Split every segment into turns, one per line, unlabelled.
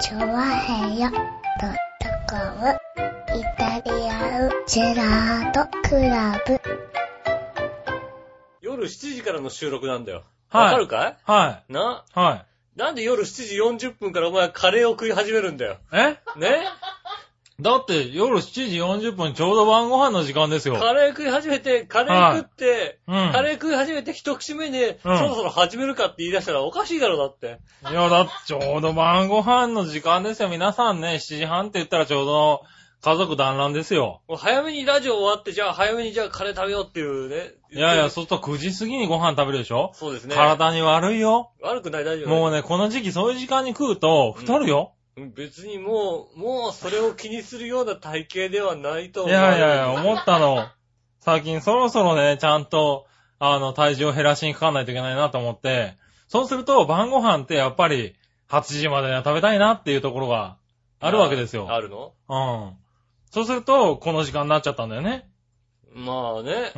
チョワヘヨドットコムイタリアンジェラートクラブ。
夜7時からの収録なんだよ。
はい
わかるか
はい。
ない
は
なんで夜7時40分からお前カレーを食い始めるんだよ。
い。え
ね
だって夜7時40分ちょうど晩ご飯の時間ですよ。
カレー食い始めて、カレー食って、
はいうん
カレー食い始めて一口目で、
うん
そろそろ始めるかって言い出したらおかしいだろ、だって。
いや、だってちょうど晩ご飯の時間ですよ。皆さんね、7時半って言ったらちょうど家族団らんですよ。
もう早めにラジオ終わって、じゃあ早めにじゃあカレー食べようっていうね。
いやいや、そうすると9時過ぎにご飯食べるでしょ、
そうですね。
体に悪いよ。
悪くない、大丈夫。
もうね、この時期そういう時間に食うと太るよ。
うん別にもう、もうそれを気にするような体型ではないと
い
思う。
やいやいや、思ったの。最近そろそろね、ちゃんと、あの、体重を減らしにかかんないといけないなと思って、そうすると晩ご飯ってやっぱり8時までには食べたいなっていうところがあるわけですよ。
あるの
うん。そうすると、この時間になっちゃったんだよね。
まあね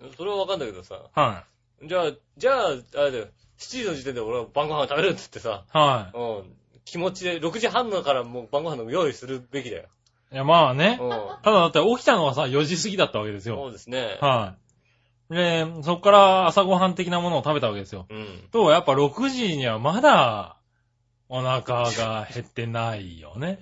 う。ん。
それはわかんだけどさ。
は
じゃあ、じゃあ、あれだよ。7時の時点で俺は晩ご飯を食べるって言ってさ。
い。は
うん。気持ちで、6時半のからもう晩ご飯の用意するべきだよ。
い。いや、まあね。
う
ただだって起きたのはさ、4時過ぎだったわけです
ん。そ
よ。
うですね。
はい。で、そっから朝ごはん的なものを食べたわけですよ。
うん。
と、やっぱ6時にはまだ、お腹が減ってない よね。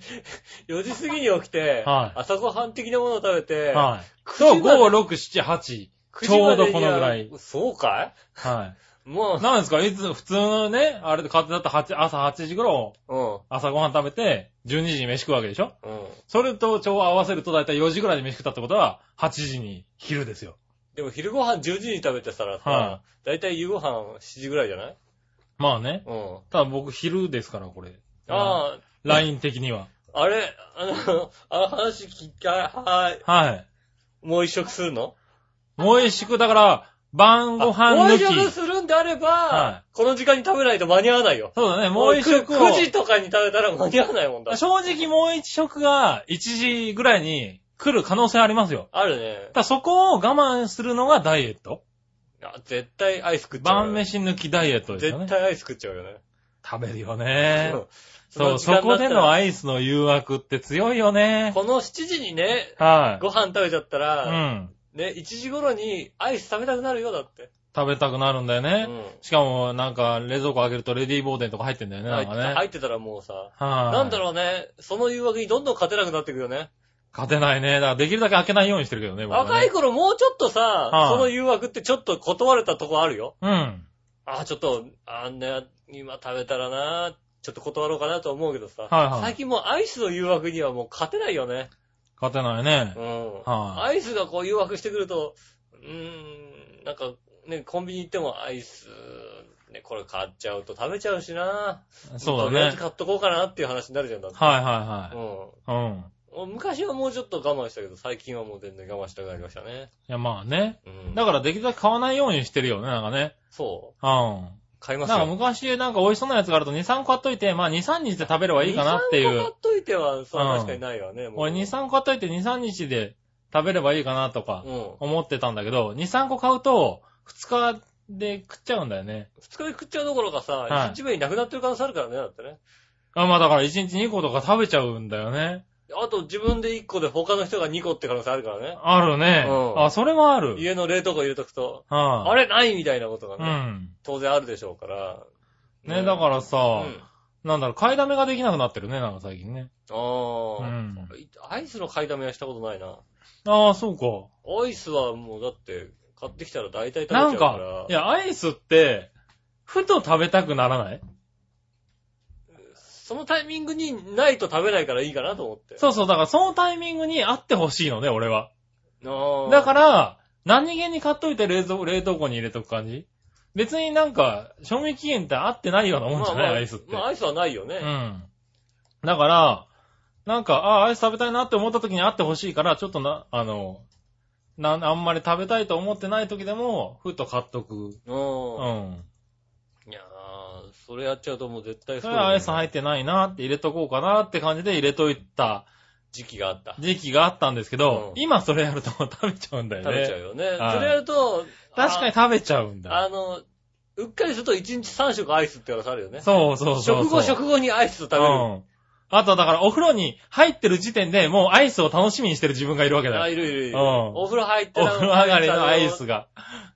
4時過ぎに起きて、
はい
朝ごはん的なものを食べて、
はい。
9
と、
時まで
5、6、7、8。
9
ちょ
時まで
うど
に
こ
は
のぐらい。。
そうか
はい
も
い。なんですかいつ、普通のね、あれで勝手だった8朝8時頃、
う、うん。
朝ごはん食べて、12時に飯食うわけでしょ
うん。
それと調和合わせると大体4時ぐらいに飯食ったってことは、8時に昼ですよ。
でも昼ご飯10時に食べてたらさ
は、
だいたい夕ご飯7時ぐらいじゃない
まあね。
うん。
ただ僕昼ですから、これ。
あ
あ。LINE 的には。
あ、あれ、あの、あの話聞きたい。はい。
はい。
もう一食するの
もう一食、だから、晩ご飯
もう
抜
一食
き。
するんであれば、
は
この時間に食べないと間に合わないよ。
そうだね、もう一食を。
9時とかに食べたら間に合わないもんだ。
正直もう一食が1時ぐらいに来る可能性ありますよ。
あるね
た。だそこを我慢するのがダイエット。
あ絶対アイス食っちゃうよ。
晩飯抜きダイエットですよ
絶
ね。
対アイス食っちゃうよね。
食べるよね。
の
そう、
時
そ
間
こ
だ
で
った
の
ら
アイスの誘惑って強いよね。
この7時にね、
は
ご飯食べちゃった
い。う
ら、
ん。
ね、1時頃にアイス食べたくなるよ、だって。
食べたくなるんだよ
う
ね。
ん。
しかも、なんか、冷蔵庫開けるとレディーボーデンとか入ってんだよね、な
入
ん
っ
か
て
ね。
た
は
入
い。
ってたらもうさ、なんだろうね、その誘惑にどんどん勝てなくなってくよね。
勝てないね。だから、できるだけ開けないようにしてるけどね、僕はね
若い頃もうちょっとさ、
はい
その誘惑ってちょっと断れたとこあるよ。
うん。
あー、ちょっと、あんね、今食べたらな、ちょっと断ろうかなと思うけどさ、
はいはい
最近もうアイスの誘惑にはもう勝てないよね。
勝てないね
う。ん。
は
アイスがこう誘惑してくると、うーん、なんか、ね、コンビニ行ってもアイス、ね、これ買っちゃうと食べちゃうしな。
そう
とりあえ
だ
ず
ね。
買っとこうかなっていう話になるじゃん、だって。
はいはいはい。うん。
うん。昔はもうちょっと我慢したけど、最近はもう全然我慢したくなりましたね。
いや、まあね。
うん。
だから、できるだけ買わないようにしてるよね、なんかね。
そう買い
ん。な
ま
ん
すよ。
か昔、なんか美味しそうなやつがあると2、3個買っといて、まあ2、3日で食べればいいかなってい
2 3買
う
っ。といては、そう、
うん
確かにないわね。もう
俺2、3個買っといて2、3日で食べればいいかなとか
う、ん。
思ってたんだけど、2、3個買うと、2日で食っちゃうんだよね。
二日で食っちゃうどころかさ、
はい
一日目になくなってる可能性あるからね、だってね。
あ、まあだから1日2個とか食べちゃうんだよね。
あと自分で1個で他の人が2個って可能性あるからね。
あるね。
うん
あ、それはある。
家の冷凍庫入れとくと、
は
あれないみたいなことが
い。う
ね、
ん。
当然あるでしょうから。
ね、だから
ら
さ
う、ん。
なんだろう、買いだめができなくなってるね、なんか最近ね。
ああ、
うん
アイスの買いだめはしたことないな。
ああ、そうか。
アイスはもうだって、買ってきたら大体食べちゃ
な
うんから。
か、いや、アイスって、ふと食べたくならない
そのタイミングにないと食べないからいいかなと思って。
そうそう、だからそのタイミングにあってほしいのね、俺は。
ああ。、
だからら、何気に買っといて冷蔵冷凍庫に入れとく感じ別になんか、賞味期限って合ってないようなもんじゃない、
まあ、
アイスって。
まあ、アイスはないよね。
うん。だから、なんか、あアイス食べたいなって思った時にあってほしいから、ちょっとな、あの、な、あんまり食べたいと思ってない時でも、ふっと買っとく。
うん
うん。
いやー、それやっちゃうともう絶対
そ
そう
れ
だよね
はアイス入ってないなって入れとこうかなって感じで入れといた
時期があった。
時期があったんですけど、
うん
今それやると 食べちゃうんだよ
食べちゃう
ね。
よね。
はい
それやると、
確かに食べちゃうん
あ、
だ。
あの、うっかりすると1日3食アイスって話あるよね。
そうそうそうそう。
食後食後にアイスを食べる。
うん。あとはだからお風呂に入ってる時点でもうアイスを楽しみにしてる自分がいるわけだ
あ、
よ。
いるいるいる。
うん
お風呂入って
お
な
風呂上がりのアイス。が。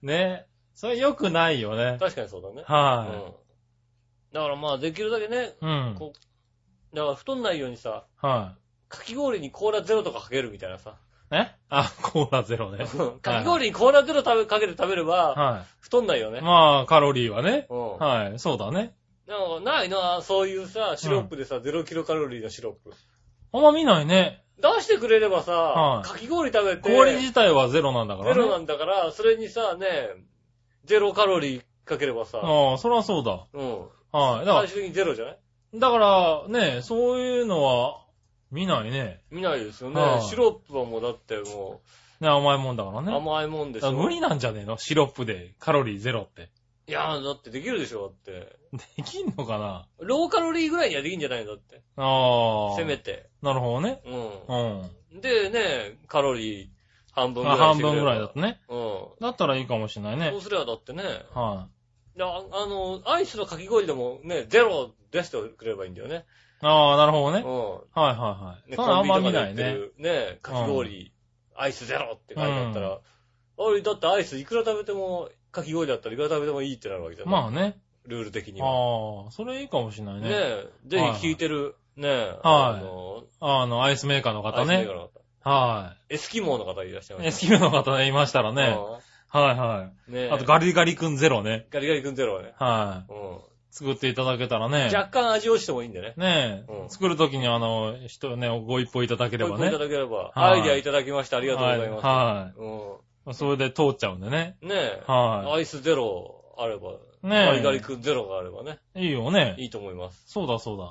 ね。それ良くないよね。
確かにそうだね。
は
うんだからまあ、できるだけね、
い。うん。
こう、だから太んないようにさ、
は
かき氷にコーラゼロとかかけるみたいなさ。
い。えあ、コーラゼロね。
かき氷にコーラゼロ食べ、かけて食べれば、
は
太んないよね
い。。まあ、カロリーはね。
うん。
はい。そうだね。
なんかないな、そういうさ、シロップでさ、0キロカロリーのシロップ。
あんま見ないね。
出してくれればさ、
はい
かき氷食べて、
氷自体はゼロなんだから
ゼ
ね。
ロなんだから、それにさ、ね、ゼロカロリーかければさ、
ああ、そりゃそうだ。
うん。
はい。だか
最終的にゼロじゃない
ら、だからね、そういうのは見ないね。
見ないですよ
は
ね
い。
シロップはもうだっても
ね、甘いもんだから
う、
ね。
甘いもんで
だ
し
から
ょ。
無理なんじゃねえのシロップでカロリーゼロって。
いやー、だってできるでしょ、だって。
できんのかな
ローカロリーぐらいにはできんじゃないのだって。
ああ。
せめて。
なるほどね。う。
うんん。でね、カロリー半分ぐら
あ
い
半
してくれ
分
れ
ぐ
ば
らいだとね。
うん。
だったらいいかもしれな
そ
いね
う。すればだってね、あ
は
あの、アイスのかき氷でもね、ゼロ出してくればいいんだよね。
い。ああ、なるほど
う
ね。
ん。
はいはいはい。
ね
それあんま
コンビニ
見
と
な
か
い
で売って。
ね
るね、かき氷、アイスゼロって書いてあったら、俺だってアイスいくら食べても、かき氷だったらいくら食べてもいいってなるわけじゃん。
まあね。
ルール的には。
ああ、それいいかもしれない
ね
ね。
え、ぜひ聞いてる、ねえ、あの、
あの、アイスメーカーの
ア
方
イスメー
ね
カー。の方
は
エスキモーの方いらっしゃい
い。
ま
ね、
し
スキルの方ね、いましたら
た。
ね。はいは
うんねえ
い。あと、ガリガリ君ゼロね。
ガリガリ君ゼロはね。
は
うん。
い。作っていただけたらね。
若干味落ちてもいいんでね。
ねえ、
うん
作るときにあの、人ね、ご一報いただければ
ご意見
ね。
いただければ、ア
はい
イディアいただきましてありがとうございます。
は
うん。
い。はい。それで通っちゃうんでね。
ねえ、
は
アイスゼロあれば、
い。
ガ
ねえ。
リガリ君ゼロがあればね、
いいよね。
いいと思います。
そうだそうだ。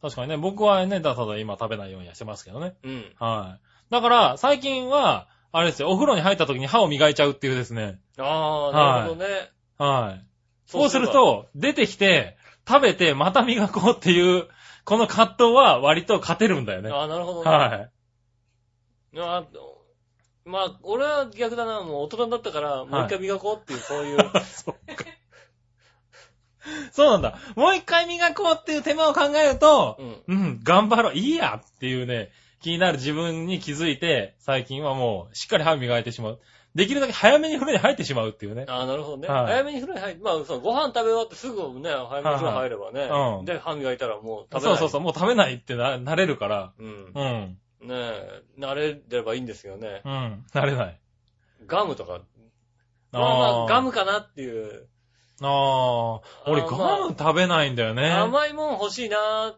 確かにね、僕はね、だただ今食べないようにはしてますけどね。
うん。
はい。だから、最近は、あれですよ、お風呂に入った時に歯を磨いちゃうっていうですね。
ああ、なるほどね。
はい。そうする、と、出てきて、食べて、また磨こうっていう、この葛藤は割と勝てるんだよね。
ああ、なるほどね。
はい。
あーまあ、俺は逆だな、もう大人になったから、もう一回磨こうっていう、そう いう。
そうなんだ。もう一回磨こうっていう手間を考えると、
うん。
うん、頑張ろう、いいやっていうね、気になる自分に気づいて、最近はもう、しっかり歯磨いてしまう。できるだけ早めに風呂に入ってしまうっていうね。
ああ、なるほどね。
はい
早めに風呂に入って、まあ、そうご飯食べ終わってすぐね、早めに風呂入ればね、
はいうん
で、歯磨いたらもう食べ
そ
な
う
い。
そうそう、もう食べないってな、慣れるから。
う。うん
う。ん。
ねえ、慣れればいいんですよね。
うん。慣れない。
ガムとか、まあまあガムかなっていう。
ああ。俺
あー
ガ
まあ
ム食べないんだよね。はい
甘いもん欲しいな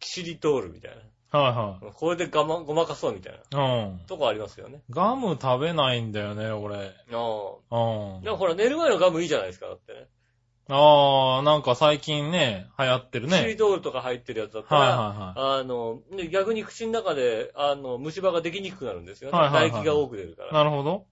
キシリトールみたい
は
な。これでがま、ごまかそうみたいな。
い。うん。
とこありますよね。
ガム食べないんだよね、俺。
ああ。
うん
で。もほら、寝る前のガムいいじゃないですか、だってね。
ああ、なんか最近ね、流行ってる
キシリ
ね。
トールとか入ってるやつだった
はい
ら、
は
あの、ね逆に口の中で、あの、虫歯ができにくくなるんですよね。
はいはいはい
唾液が多く出るか
い
ら
はい。。なるほど。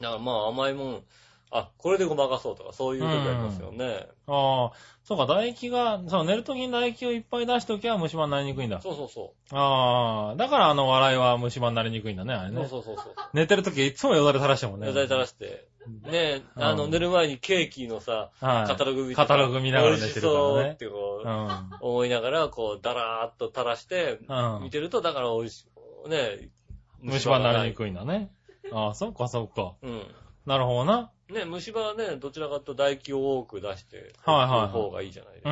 だからまあ甘いもん、あ、これでごまかそうとか、そういう時ありますよね。
ああ、そうか、唾液が、そう、寝るときに唾液をいっぱい出しときは虫歯になりにくいんだ。
そうそうそ
ああ、だからあの笑いは虫歯になりにくいんだね、あれ
う。そう
ね。
そうそうそう。
寝てるときいつもよだれ垂らしてもんね。
よだれ垂らして。ね
うん
あの、寝る前にケーキのさ、
はい。
カタログ見て
カタログ見ながら寝てるからね
美味しそうってこう、思いながら、こう、だらーっと垂らして、
うん。うん
見。てると、だから美味しい。ね
虫歯になりに
い。
くいんだね。ああ、そっかそっか。
うん。
なるほどな。
ね虫歯はね、どちらかというと唾液を多く出して、
はいはいはい
方がいいじゃないです
う
か。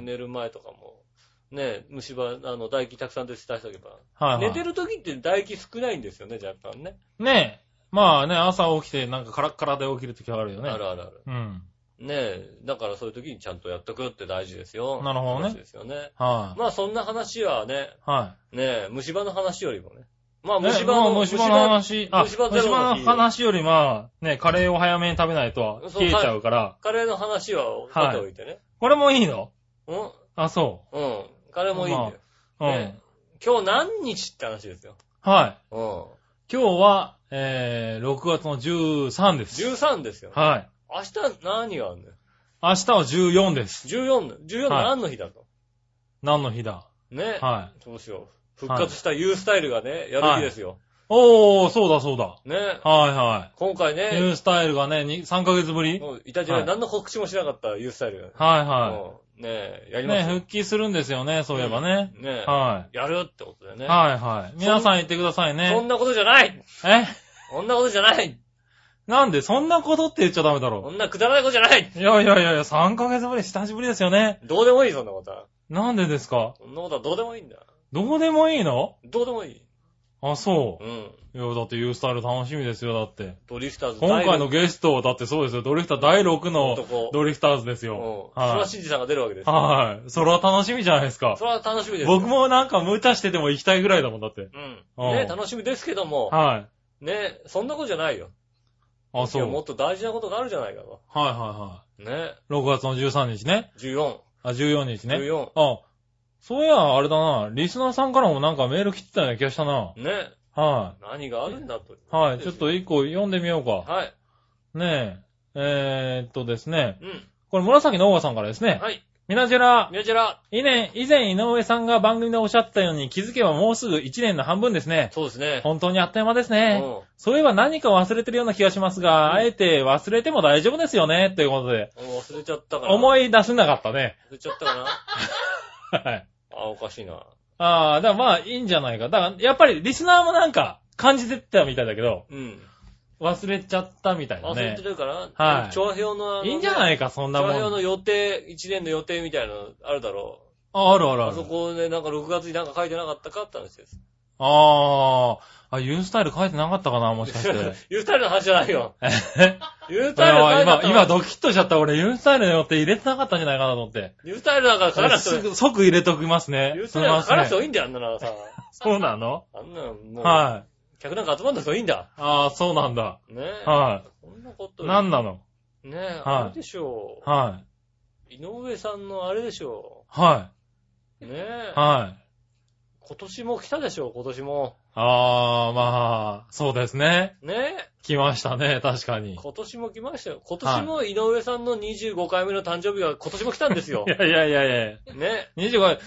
ん。
寝る前とかも、ね虫歯、あの、唾液たくさん出して出しておけば。
はい、はい。
寝てる時って唾液少ないんですよね、若干ね。
ねえ。まあね、朝起きてなんかカラッカラで起きるときはあるよね。
あるあるある。
うん。
ねえ、だからそういう時にちゃんとやっとくって大事ですよ。
なるほどね
話ですよね。
はい、
まあそんな話はね、
は
ねえ、虫歯の話よりもね。まあ
い。ね
虫歯の、
まあ虫歯の話、あ、
虫
虫
歯
歯
ゼロの日
の話よりまあ、ね、カレーを早めに食べないと
そう
消えちゃうから、
カレーの話はさておいてね。
これもいいの
うん
あ、そ
うん。カレーもいいんだよ。
う。うん。
ね今日何日って話ですよ。
はい。
うん。
今日は、えー、6月の13です。
13ですよ。
はい。
明日何があるのよ
明日は14です。
?14 の、14の何の日だと。
何の日だ
ね。
は
どうしよう。復活した U スタイルがね、やる日ですよ。
い。おー、そうだそうだ。
ねえ。
はいは
今回
い。ニュ
ね、
ースタイルがね、に3ヶ月ぶり
もういたじら
はい
何の告知もしなかった、ユースタイルが。
はいは
もうねえ、や
い。
りま
ね、
すよ。
復帰するんですよね、そういえばね。
ねえ。
は
やるってことだよ
い。
ね。
はいはい。皆さん言ってください
そ
ね。
んなことじゃない
え
そんなことじゃない
なんで、そんなことって言っちゃダメだ
そ
ろ。
んなくだらないことじゃないう
いやいやいやいや、3ヶ月ぶり、久しぶりですよね。
どうでもいい、そんなことは。
なんでですか
そんなことはどうでもいいんだ。
どうでもいいの
どうでもいい。
あ、そう
う。ん。
いや、だってユースタイル楽しみですよ、だって。
ドリフターズ
今回の
ゲ
ゲスト、だってそうですよ。ドリフター第6の
男
ドリフターズです
ー
よ。
それ
は
はシンジさんが出るわけで
い。
すよ。
はい。それは楽しみじゃないですか
そ。れは楽しみですよ。
僕もなんか無茶してても行きたいぐらいだもん、だって。
うん。
うん
ね、楽しみですけども、
はい。
ね、そんなことじゃないよ。
あ、そう。
いや
は
も
い
っと大事なことがあるじゃないかと。
はいは
ね、
い。6月の13日ね。
14。
あ、14日ね。
14。
あ、そういや、あれだな。リスナーさんからもなんかメール来てたような気がしたな。
ね、
は
何があるんだと。
い。はい。ちょっと一個読んでみようか。
はい。
ねえ。えーっとですね。
うん。
これ紫のオーガさんからですね。
はい。
ミナジェラ、
ミヤチェラ。
以前、以前井上さんが番組でおっしゃったように気づけばもうすぐ1年の半分ですね。
そうですね。
本当にあっという間です
う
ね。
ん。
そういえば何か忘れてるような気がしますが、あえて忘れても大丈夫ですよね、ということで。
忘れちゃったかな。
思い出せなかったね。
忘れちゃったかな。
はい。
あ、おかしいな。
ああ、だからまあいいんじゃないか。だからやっぱりリスナーもなんか感じてたみたいだけど、
うん。
忘れちゃったみたいだ
忘れ
ね
て。るかな
はい
調和表の。
いいんじゃないいか、そんな
調
も
和表
ん。
の予定、一年の予定みたいなのあるだろう。
あ、あるあるあ
あ
る
そ。こでなんか6月になんか書いてなかったかって話です。
ああ、あ、ユースタイル書いてなかったかな、もしか して。
言うたりの話じゃない よ。
え
言う
だ
たりの
から
話だっ
今、
た
今ドキッとしちゃった。俺、ユースタイルによって入れてなかったんじゃないかなと思って。
言うたりだから書かなくても
すぐ、即入れときますね。
言う
す
た
み
りは
ま
書か
せ
なくても
ん。
いいんだよ、あんなのさ。
そうなの
あんなのもう、
はい。
客なんか集まんなくてもいいんだ。
ああ、そうなんだ。
ねえ。
は
そんなこと
い。
よ
なんなの
ねえ、あれでしょう。
はい。
井上さんのあれでしょ
は
う。ねえ
い。。はい。
今年も来たでしょう、今年も。
ああ、まあ、そうですね。
ねえ。
来ましたね、確かに。い
今年も来ましたよ。今年も井上さんの25回目の誕生日が今年も来たんですよ。ね
やいやいやいや
え。
25、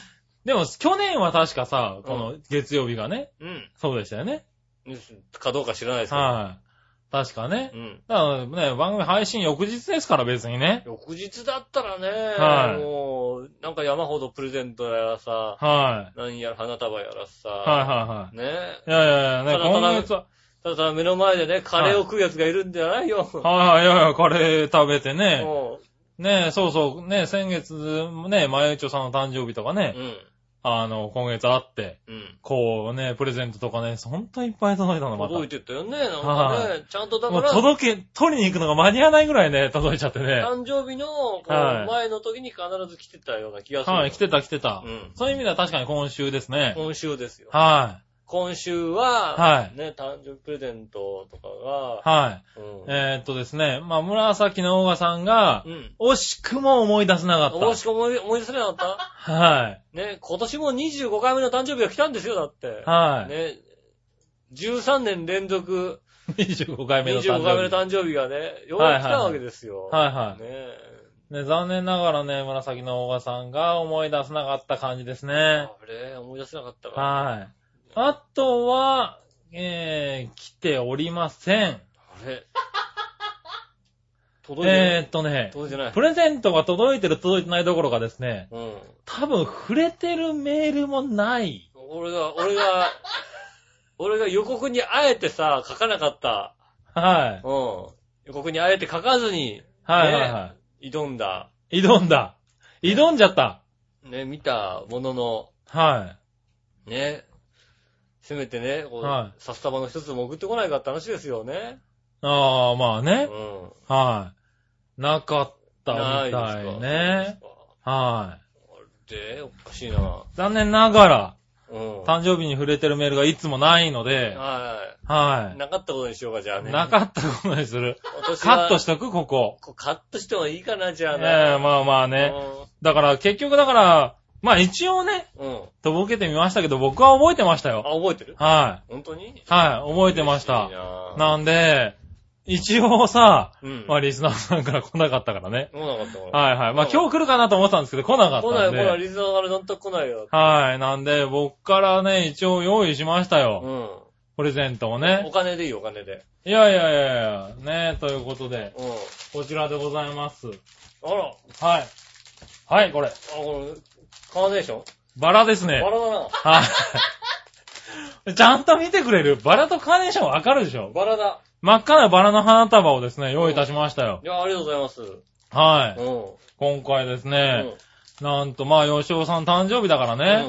でも、去年は確かさ、この月曜日がね、
うん。
そうでしたよね。
ですかどうか知らないですけど。
はい。確かね
う。ん。
だからね、番組配信翌日ですから、別にね。
翌日だったらね、
はい
もう、なんか山ほどプレゼントやらさ、
はい。
何やら花束やらさ、
はいは
ねえ
いはい。いやいやい
た
や、ね、
だただ
今月は、
ただただ目の前でね、カレーを食うやつがいるんじゃないよ。
はいはいいやいや、カレー食べてね。
も
ねえ、そうそう、ねえ、先月もね、まゆちょさんの誕生日とか
う、う
ね、
ん、
あの、今月あって、
うん。
こうね、プレゼントとかね、ほんといっぱい届いたの、また。
届いてったよね、なんか
は
ね、ちゃんとだか
もう
ら、
届け、取りに行くのが間に合わないぐらいね、届いちゃってね。
誕生日のこう
はい
前の時に必ず来てたような気がする。
はい、来てた来てた
う。ん。
そういう意味では確かに今週ですね。
今週ですよ。
は
今週
は
は、
い
ね、誕生日プレゼントとか
い。
が、
はい。
うん
えーっとですね、まあ、紫のオーガさんが
う、ん。
惜しくも思い出せなか
も
っ
しく思い思い出せなかった
た。はい。
ね、今年も25回目の誕生日が来たんですよ、だって。
はい。
ね、13年連続、
25回目の誕生日。
25回目の誕生日がね、ようやく来たわけですよ。
はいはい。
ねえ。
ね、残念ながらね、紫のオーガさんが思い出せなかった感じですね。
あれ、思い出せなかったから。
はい。あとは、えー、来ておりません。
あれ。届いてない。
えーっとね、
届いてない
プ。レゼントが届いてる届いてないどころかですね、
うん。
多分触れてるメールもない。
俺が、俺が、俺が予告にあえてさ、書かなかった。
はい。
うん。予告にあえて書かずに、
はいはいは
挑んだ、
い。挑んだ。挑んじゃった。
ね、見たものの、
は
ね。せめてね、こう、
は
札束の一つでも送ってこないかって話ですよね。
い。ああ、まあ
う
ね。
ん。
はい。なかったみたい
ないです
ね。
か。
は
で、おかしいな。
い。残念ながら、
うん。は
誕生日に触れてるメールがいつもないの
い
で、
は。
はい
なかったことにしようか、じゃあ
い。
ね。
なかったことにする。
私は
カットしとく、ここ。
こうカットしてもいいかな、じゃ
え
あ
え
ね。
まあまあね。だから、結局だから、まあ一応ね、
うん。うん。
とぼけてみましたけど、僕は覚えてました
あ、
よ。
覚えてる
は
本当に
い。はい、覚えてま
嬉
した
い。なぁ
なんで、一応さ、
うん。
まあリスナーさんから来なかったからね。
来なかったから。
はいはい。まあ今日来るかなと思ってたんですけど、来なかっ
来な
た
い、
ん
来ない、リ
で。
ズナーからなんと来ないよ。
はい。なんで、僕からね、一応用意しました
う
よ。
ん。
プレゼントを
お
ね。
金でいいよ、お金で。
いやいやいやいや、ねえ、ということで、
うん。
こちらでございます。
あら、あ、
はい。はい、これ。
これ、カーネーション
バラですね
バ。ラだな。
はい。ち ゃんと見てくれる。バラとカーネーションわかるでしょ
バラだ。
真っ赤なバラの花束をですね、用意いたしましたよ。
いや、ありがとうございます。
は
う
い。
ん。
今回です
うん
ね、なんとまあ、吉尾さん誕生日だから
うん
ね、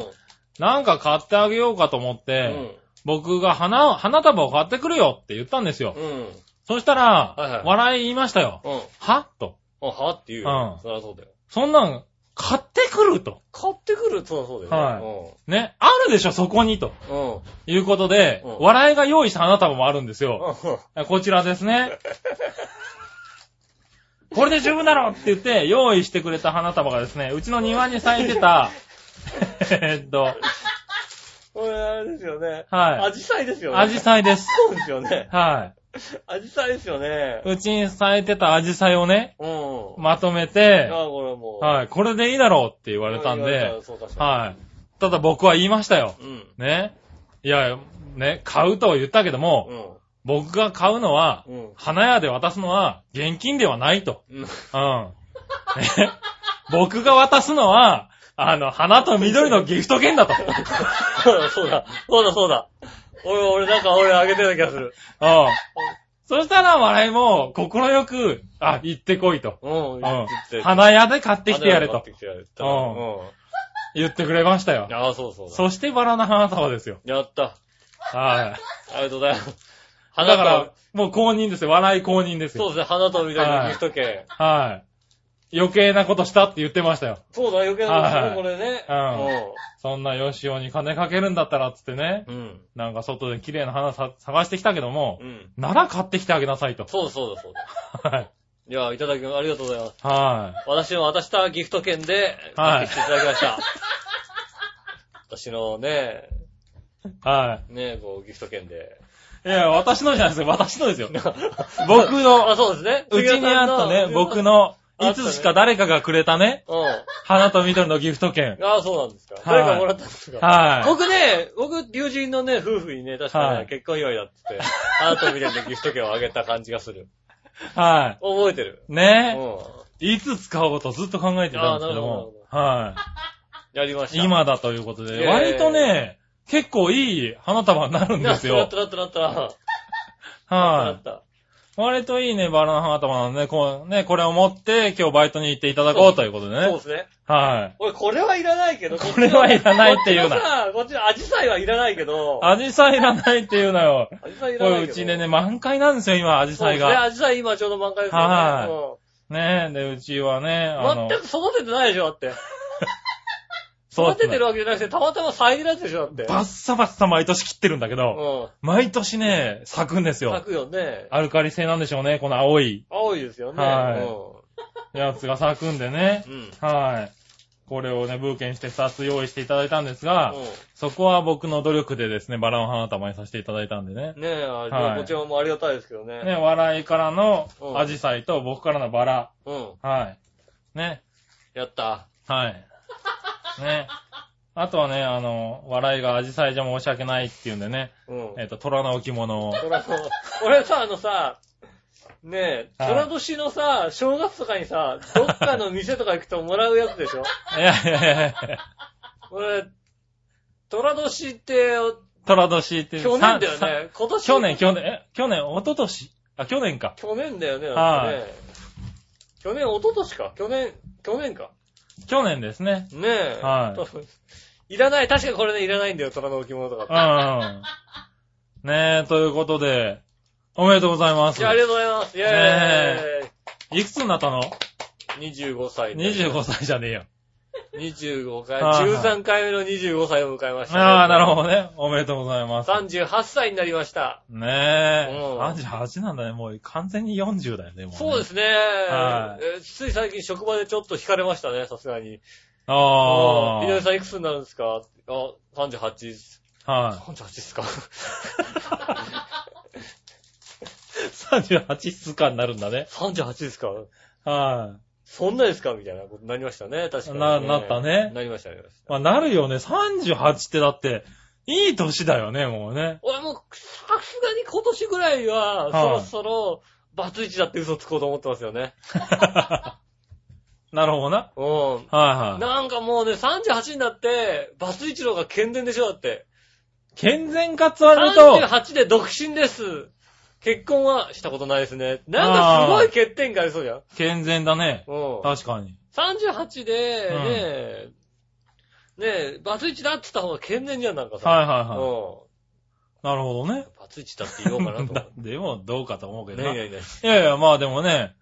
なんか買ってあげようかと思っ
う
て、
ん。
僕が花を、花束を買ってくるよって言ったんですよ。
うん。
そした
はいは
ら
い、
笑い言いましたよ。
うん。
はと。
あ、はって言うよ
うん。
そりゃそうだよ。
そんなん、買ってくると。
買ってくるそりゃそうだよね。
ね。あるでしょ、そこにと。
い。うん。うん。
いうことで、
うん
笑いが用意した花束もあるんですよ。
うん
こちらですね。これで十分だろって言って、用意してくれた花束がですね、うちの庭に咲いて た、えーっと、
これあれですよね。
は
アジサイですよ
い。
ね。
アジ
イ。
サイです。
そうですよね。
は
アジサイですよね
い。。うちに咲いてたアジサイをね、
うん。
まとめ
い
て
や、、これもう。い。
はい、これでいいだろうって言わ
言
れたん
われた
で
ら、そう確か
はい。ただ僕は言いましたよ。
に。うん。
ね。いや、ね、買うとは言ったけども、
う
僕が買うのは、
ん。うん。
花屋で渡すのは現金ではないと。
うん。
うん。 ね僕が渡すのは、あの、花と緑のギフト券だと。うん。
そうだ、そうだ、そうだ、そうだ。俺、俺、なんか俺あげてた気がする。
そしたら笑いも、心よく、あ、行ってこいと。
うん。
う
言
ん
って。
花屋で買ってきてやれ
買っ
と
てきてやれと。
う言ってくれましたよ
うん。。ああ、そうそうだ。
そしてバラの花束ですよ。
やった。
はい。
ありがとうございます。
だ
花
から
と、、
もう公認ですよ。笑い公認です
そうで
よ。
すね、花と緑のギフト券。
はい。余計なことしたって言ってましたよ。
そうだ、余計なことだこれね。
そんなヨシオに金かけるんだったらっつってね、
うん。うん。
なんか外で綺麗な花さ探してきたけども
う、ん。
なら買ってきてあげなさいと。
そうだ、そうだ、そうだ。
はい。
いや、いただき、ありがとうございます。
は
私の渡したギフト券で、
は
買っ
い
てきていただきました。私のね、
い。は
ね、こう、ギフト券で。
い。いや、私のじゃないですよ。私ので すよ。 僕
あ、
の、
そうですね。
うちにあったね、僕。の、
あ
い
ったね
つしか誰かがくれたね、
うん。
花と緑のギフト券。
ああ、そうなんですか。
はい
誰かもらったんですか。
は
僕ね、僕、友人のね、夫婦にね、確かね、
はい
結婚祝いだっつって、花と緑のギフト券をあげた感じがする。
い。は
覚えてる。
い。
う
ね
ん。
いつ使おうとずっと考えてたんで
あな
すけど
るほ
も
ど、
は
やりまし
い。
た。
今だということ
イェー
で、
イ
割とね、結構いい花束になるんです
なっ
よ
た。なったなったなった。な
は
ったなっ
い。割といいね、バラの花束なので、こう、ね、これを持って、今日バイトに行っていただこうということで
たそう
ね
で。すね。
はい。
俺、これはいらないけど。
これはいらないっていう
こ
な
っちのさ、こっちのアジサイはいらないけど。
アジサイいらないっていうのよ。
アジサイい
こ
らな
れ
いうけど。
ちでね、満開なんですよ、今、アジ
そう
サ
で
イ
すね。
が。
アジサイ今ちょうど満開ですよね。
はい
うん
ねえ、で、うちはね、あの
全、く育ててないでしょ、だって。
そう
育
ですね
ててるわけじゃなくて、たまたま咲いてるやつでしょ、だって。
バッサバッサ毎年切ってるんだけど、
うん。
毎年ね、咲くんです
咲
よ。
くよね。
アルカリ性なんでしょうね、この青い
青いですよね。
はやつが咲くんでね
う。ん。うん。
はい。これをね、ブーケにして2つ用意していただいたんですが、
う
そこは僕の努力でですね、バラの花束にさせていただいたんでね
ん。。ねえ、あれ
はい
こちらもありがたいですけどね。
ね、笑いからの
うん
アジサイと僕からのバラ。
うん。
はい。ね、
やった。
はい。 ね。あとはね、あの、笑いがアジサイじゃ申し訳ないっていうんでね、
うん。
えっ、と、虎の置物 を。
そらそう。俺さ、あのさ、ねえ、
はい
虎年のさ、正月とかにさ、どっかの店とか行くともらうやつ でしょ
いやいやいやいや
俺、虎年って、
虎年って。
去年だよ
さん。
ね。今年。
さん去年、。去年、え、去年、一昨年あ、去年か。
去年だよね、だってね。去年、一昨年か。去年、去年か。
去年ですね。
ねえ。。
はい
いらない。確かにこれね、いらないんだよ、虎の置物とかって
う。ん。ねえ、ということで、おめでとうございます
いや、あ。りがとうございます。イェー
いくつになったの
イ。25歳で。
?25 歳じゃね えよ。
25回、
はいはい
13回目の25歳を迎えましたね、
ああ、なるほどね。おめでとうございます。
38歳になりました。
ねえ
うん。
38なんだね。もう完全に40だよね、もうね。
そうですね。
はい
えーつい最近職場でちょっと惹かれましたね、さすがに。
あ
うん井上さんいくつになるんですかあ、38です。
あ。はい。
38ですか
38室間になるんだね。
?38 ですか
は
そんなですかみたいなことになりましたね、確かに、
ななったね
なりました、なりまし
い。まあ、なるよね。38ってだって、いい年だよね、もうね。
俺もう、さすがに今年ぐらいは、そろ
はい
そろ、バツイチだって嘘つこうと思ってますよね。
なるほどな。
うん。
はいはい。
なんかもうね、38になって、バツイチの方が健全でしょ、だって。
健全かつわれると、
38で独身です。結婚はしたことないですね。なんかすごい欠点がありそうじゃん。
健全だね。
うん。
確かに。
38で、ねえ、ねえ、バツイチだって言った方が健全じゃん、なんかさ。
はいはいは
う
い。なるほどね。
ん。バツイチだって言おうかなと思 っ
でも、どうかと思う
て。
けど
ね
な。
えね
い
えね
やいや、まあでもね、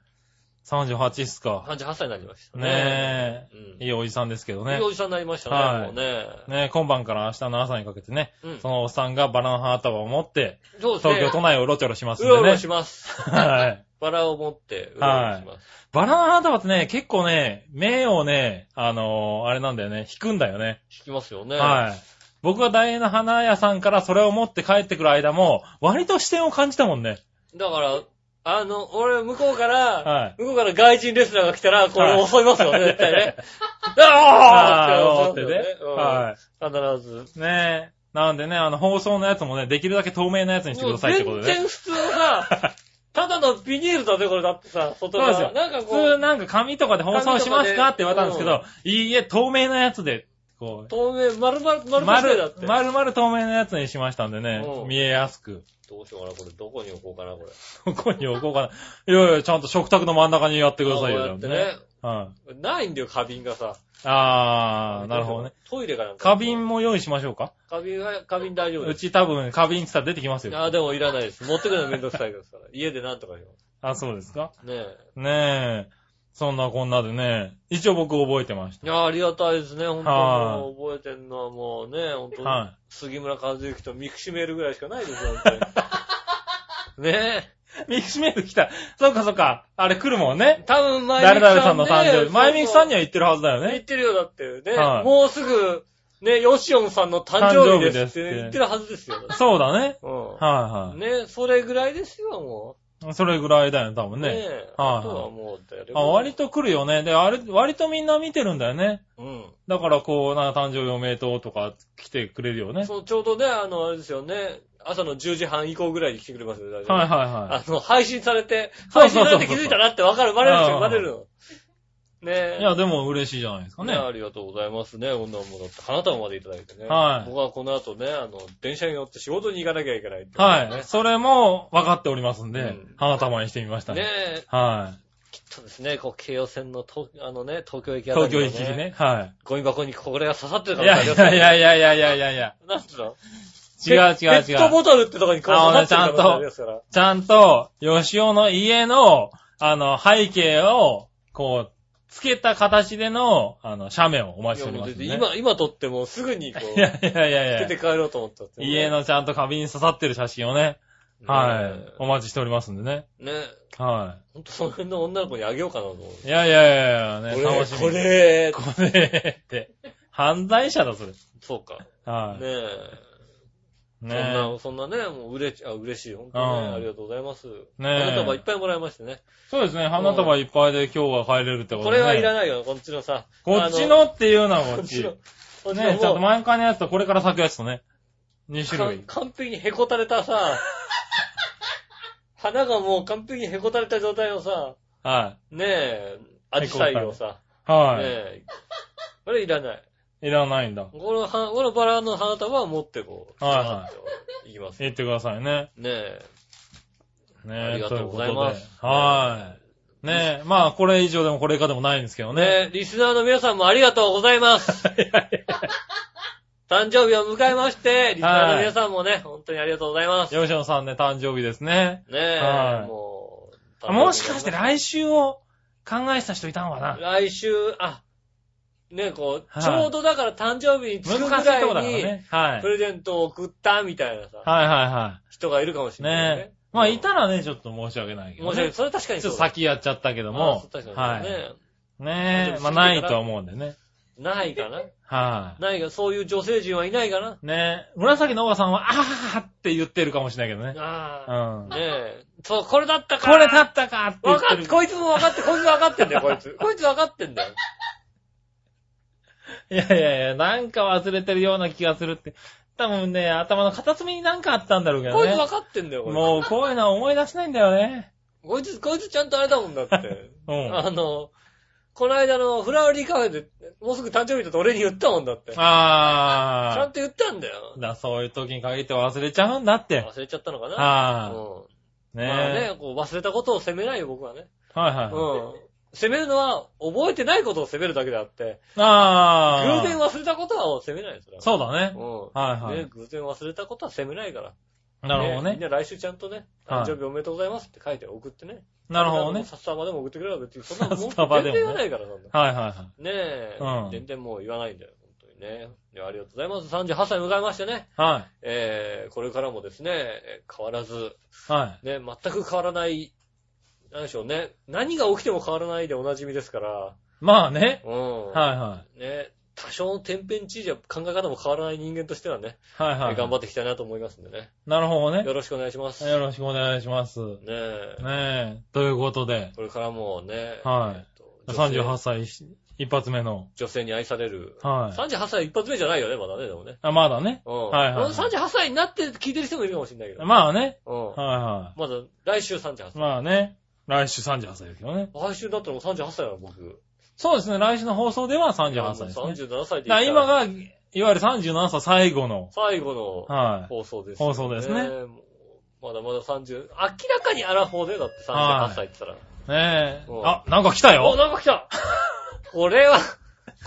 38っす
え。
か。
38歳になりましたね。
ね
え。うん
え、いいおじさんですけどね
いい。おじさんになりましたね、
はい
もうね。
ねえ、今晩から明日の朝にかけてね、
うん
そのおっさんがバラの花束を持って、
そうですね。
東京都内をうろちょろしますん
うろ
で
う
ね
ろ。します。
はい。
バラを持って、うろうろします。
バラの花束ってね、結構ね、目をね、あのーあれなんだよね、引くんだよね。
聞きますよね。
はい。僕が大変な花屋さんからそれを持って帰ってくる間も、割と視線を感じたもんね。
だから、あの、俺、向こうから、
はい
向こうから外人レスラーが来たら、これ
はい
襲いますよね、 絶対ね。ああ
ー思ってね。
は。
はい
必ず。
い。ねえ。なんでね、あの、放送のやつもね、できるだけ透明なやつにしてくださいってこと
もう
でね。
全然普通の さ、ただのビニールだぜ、これだってさ、外
そうです
側。
よ
なんか
普通
こ
なんか紙とかで放送しますかって言われたんですけど、いいえ、透明なやつで、こ
う、
う、
透明、丸々、丸々して
丸
だって。
丸々透明なやつにしましたんでね
う、ん
見えやすく。
どうしようかな、これ。どこに置こうかな、これ。
どこに置こうかな。いやいや、ちゃんと食卓の真ん中にやってくださいよ、
あこ
ちゃ
うんや
と
って
ね。
ね。
はい。
ないんだよ、花瓶がさ。
あー、なるほどね。。
トイレかなんか。
花瓶も用意しましょうか。
花瓶は、花瓶大丈夫
う
です。
ち多分花瓶って言ったら出てきます
ああ、
よ。
でもいらないです。持ってくるのめんどくさいですから。家でなんとかよ。
あ、そうですか。
ねえ。
ねえ。そんなこんなでね、一応僕覚えてまし
いやあ、ありがたいですね。本
はい
当にもう覚えてんのはもうね、本当
た。
に。
は
杉村和之とミクシメールぐらいしかないですよ、本当 に。ね
い。ミクシメール来た。そっかそっか。あれ来るもんね
え。。多分、前
誰々さんの誕生日。
マ
前ミクさんに
は
は言ってるはずだよ
言っ
ね。
てるよ、だって。ね、
はい
もうすぐ、ね、ヨシオンさんの誕生日ですって
誕生日ですって
言ってるはず ですよ。だっ
そうだね。
てう
は
ん。ねそれぐらいですよ、も
いはい。それぐらいだよね、多
う。
分
ね
ね。
え。
はいはい
あとはもう誰も、
あ、割と来るよね。で、あれ、割とみんな見てるんだよね。
うん。
だからこう、なんか誕生日おめでとうとか来てくれるよね。
そう、ちょうどね、あの、あれですよね、朝の10時半以降ぐらいに来てくれますよ、大体
はいはいはい。
あの、配信されて、
そ
配
うそ
信
う
さ
そ
れ
う
て気づいたなってわかる、バレるでし
う
ょ、
ん
バレるの。ねえ。
いや、でも嬉しいじゃないですか
ね
ね。
ありがとうございますね、女もだって。花束までいただいてね。
はい
僕はこの後ね、あの、電車に乗って仕事に行かなきゃいけないってことね、
はい。それも分かっておりますん
う
で
ん、
花束にしてみました
ね
ね。
え、
は
そうですね、こう、京葉線のと、あのね、東京
い。
駅あたり、
東京行き来。ね。は
ゴミ箱にこれが刺さってる
い。
か
い
も
や
し
い
れま
や
せん
いやいやいやいやいやいや。
なんつうのペ
違う違う違
ット
う。
ボトルってとこにこう
あのね
刺さってるかもしれないですから。
ちゃんと、吉尾の家の、あの、背景を、こう、つけた形での、あの、写メをお待ちしておりますんで
い
ね。
やもうだって今、今撮ってもうすぐにこう、
いやいやいや
つけ
いや
て。帰ろうと思ったってね、
家のちゃんと花瓶に刺さってる写真をね、
ねえ、
はい。お待ちしておりますんでね。
ねえ、
は
ほんとその辺の女の子にあげようかなと思う。
い。いやいやいやいや、
これ
ね、楽しみ。
こ、れ、
これ って。犯罪者だ、それ。
そうか。
は
ね
い。
え。そん
ね
な、そんなね、もう嬉しい、あ、嬉しい、本当に
う
ね、
ん
ありがとうございます。ね
え
花束いっぱいもらいましてね。
そうですね、花束いっぱいで今日は帰れるってこと
こ
で、ね。
れはいらないよ、こっちのさ。
こっちのっていうのは
あの、
こ
こ
っ
っ
ち。
ちの
ね、、
こっち
ちょっと
のも
前からのやつとこれから咲くやつとね。
う、
2種
か
類。
完璧にへこたれたさ、 花がもう完璧にへこたれた状態のさ、
は
ねえ、アジサイをさ、
い。
ね
はい。
え、これいらない。
いらないんだ。
この花、このバラの花束は持ってこう。
はいはい
い。いきます。ね
言ってくださいね。
え。あ
ね
りが
と
と
いうう
ご
こ
ざい
と
ま。
ですはい。ねえ、まあ、これ以上でもこれ以下でもないんですけどね。
ねえ、リスナーの皆さんもありがとうござい ます。誕生日を迎えまして、リスナーの皆さんもね、本当にありがとうございます。ね
吉野さんね、誕生日ですね。
え、
はい
もう。
もしかして
来
来週を考えてた人いたのかな
来週、あ、ねえ、こう、
はい
ちょうどだから誕生日に着く
難しい
ぐ
とこだから
らいに、
ね。はい。はい
プレゼントを送ったみたいなさ、
はいは
人がいるかもし
い。
れない。
ねえ。まあ、いたらね、ちょっと申し訳ないけ
も
ど
しれな
ね。
い。それは確かに
ち
そ
ょ
う
っと
だ。
先やっちゃったけど
あ
も
そう。確かに
は
そうだ
い。
ね。
ね
でも
え、まあ、ないとは思うんでね。
ないかな
は。
ないか、そういう女性陣はいないかない
ねえ、紫のおばさんは、あーって言ってるかもしれないけどね。
ああ。
うん。
ねえ。そう、これだったか
これだったかって言
わ
っ
か
て
っ
る。
こいつも分かって、こいつ分かってんだよ、こいつ。こいつ分かってんだよ。
いやいやいや、なんか忘れてるような気がするって。多分ね、頭の片隅になんかあったんだろうけど
こいつ
ね
分。かってんだよ、これ。
もうこういうのは思い出しないんだよね。
こいつ、こいつちゃんとあれだもんだって。
うん。
あの、この間のフラワーリーカフェで、もうすぐ誕生日だと俺に言ったもんだって。ち
あ
ゃ
ー
ん。と言ったんだよ。
だそういう時に限って忘れちゃうんだって。
忘れちゃったのかな。
は
うん
い。
まあ
ね
ね、こう忘れたことを責めないよ、僕はね。
え。はいは
う
い。
ん。責めるのは、覚えてないことを責めるだけであって、偶
あ
然
あ。
忘れたことは責めないですよ。
そうだね。
う
はいは
ん。ね
い。、
偶然忘れたことは責めないから。
なるほど
みんな
ね。
来週ちゃんとね、
はい
誕生日おめでとうございますって書いて送ってね。
なるほどね。
さっさまでも送ってくれれば別にそん なもん
札束
全
で
然
もね
言わないから、そんな。
はいはいはい。
ねえ、
うん
全然もう言わないんだよ、本当にね。いやありがとうございます。38歳迎えましてね、
は
えー、これからもですね、えー変わらず、
い。は
ね、全く変わらない、なんでしょうね、何が起きても変わらないでおなじみですから、
い。まあね。
うん。。
はいはい
ね、多少の天変地異じゃ考え方も変わらない人間としてはね、
い。はいはい。
頑張っていきたいなと思いますんでね。
なるほどね。
よろしくお願いします。ね
よろしくお願いします。ね
え、
え。ということで、
これからもね、
はい
えっと
38
女性
歳し一発目の。
女性に愛される。
はい。
38歳一発目じゃないよね、まだね、でもね。
あ、まだね。
うん。
はいはいはい
38歳になって聞いてる人もいるかもしれないけど。
まあね。
うん。
は
まだ来週38
いはい。
歳。
まあね。来週38歳ですけどね。
来週だったらもう38歳なの、僕。
そうですね。来週の放送では38歳ですね。
もう37歳って
だから
言った
今が、いわゆる37歳最後の、
最後の
は
放送です、
放送ですね
もうまだまだ30、明らかにアラフォーだよ、だって38歳って言ったら。
い。ねえ
う。ん
あ、なんか来た
お、
よ
なんか来 たこれは、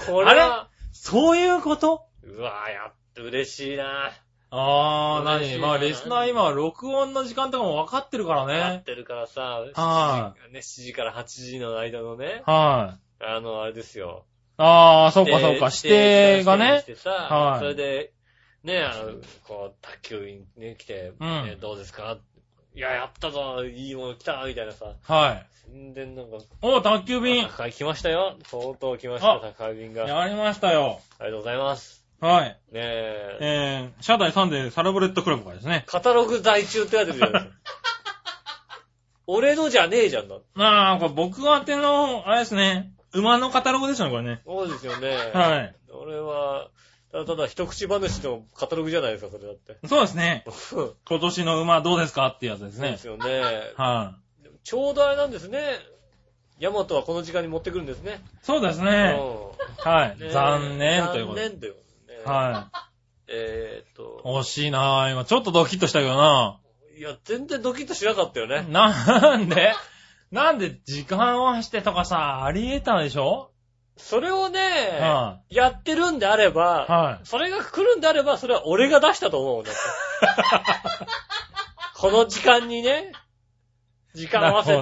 これは、
そういうこと
うわぁ、やって嬉しいな
あー、
嬉しい
何まあ、リスナー今は録音の時間とかも分かってるから
やっ
ね。
てるからさ、7
は
時ね7時から8時の間のね、
はい。
あの、あれですよ。
あー、そう
で
かそうか。指定が
指定
ね
し。てさ、
はい
それで、ね、あの、こう、卓球にね、来て、
うん
ねどうですかいや、やったぞ、いいもの来た、みたいなさ。
はい。
全然なんか、
お、宅急便。
宅配来ましたよ。とうとう来ました、
あ
宅配便が。あ
やりましたよ。
りがとうございます。
はい。
ねえ、
えー、シャダイサンデーサラブレッドクラブからですね。
カタログ在中ってやつじゃないです か。俺のじゃねえじゃんだ。
まあ、これ僕宛ての、あれですね。馬のカタログですね、これね。
そうですよね。
はい。
俺は、ただただ一口話のカタログじゃないですか、それだって。
そうですね。
そう
今年の馬どうですかってやつです
で
ね
す。よね。
は
ちょうどあれなんですね。ヤマトはこの時間に持ってくるんですね。
い。そうです
うん
ね。はい。
ね
残念ということ
残
で。
念ということでね。
は
えーっ
い。
と、
惜しいなぁ。今、ちょっとドキッとしたけどない
や、全然ドキッとしなかったよね。
なん でなんで時間をしてとかさ、あり得たでしょ
それをね、
は
やってるんであれば、
は
それが来るんであれば、それは俺が出したと思うん だってこの時間にね、時間合わせて、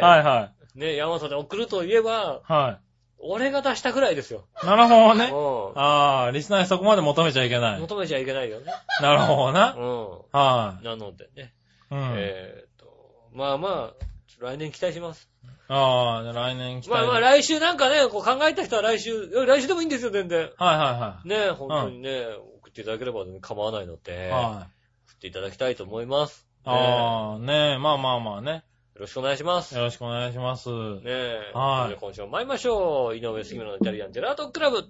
なはいは
ね、ヤマトで送ると言えば、
い。は
俺が出したぐらいですよ。
い。なるほどね。
う。
ああ、リスナーにそこまで求めちゃいけなんい。
求めちゃいけないよね。
なるほどな。
う
は
ん。なのでね。
い。うん。
えーっと、まあまあ、来年期待します。
ああ、じゃあ来年来た
まあ
い。
まあ、来週なんかね、こう考えた人は来週、いや来週でもいいんですよ、全然。
はいは
ね、本当にね、送っていただければ構わないの
い
で、
はい。はい。
送っていただきたいと思います。ねよ
ああ、ねえ、まあまあまあね。
ろしくお願いします。ね
よろしくお願いします。
え。
はい
とうことで今週も参りましょう。井上杉村のイタリアンジェラートクラブ。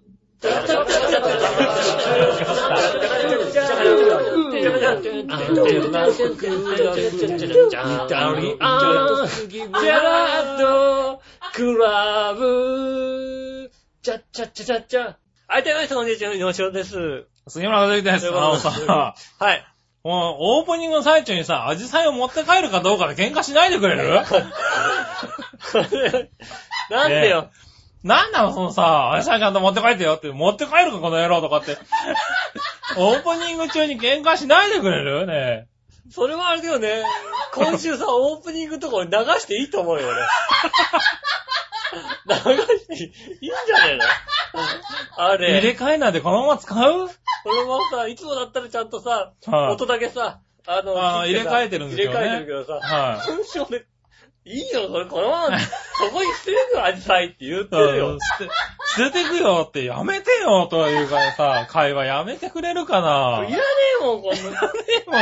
ジェラートクラブ。チャッチャッチャチャッチャ。あいたいました、こんにちは、井上翔です。
杉村和之です。
というこ
あ
とで
のさ、
はい。
もうオープニングの最中にさ、アジサイを持って帰るかどうかで喧嘩しないでくれ る
なんでよ。
なんなのそのさ、アジサイちゃんと持って帰ってよって、持って帰るかこの野郎と かって。オープニング中に喧嘩しないでくれるね
それはあれだよね。今週さ、オープニングとか流していいと思うよね。流していいんじゃねえのあ
え。入れ
れ。
替えないでこのまま使
こ
う
のままさ、いつもだったらちゃんとさ、
はい
音だけさ、あの、
あー
切さ
入れ替えてるんですよね
入れ替えてるけどさ、
はい。
今週俺、いいよ、それ、このまま、そこに捨てるよ、アジサイって言って
そう
るよ。
捨て、捨ててくよって、やめてよというからさ、会話やめてくれるか
い
な
らね
い
えもん、こんな。
も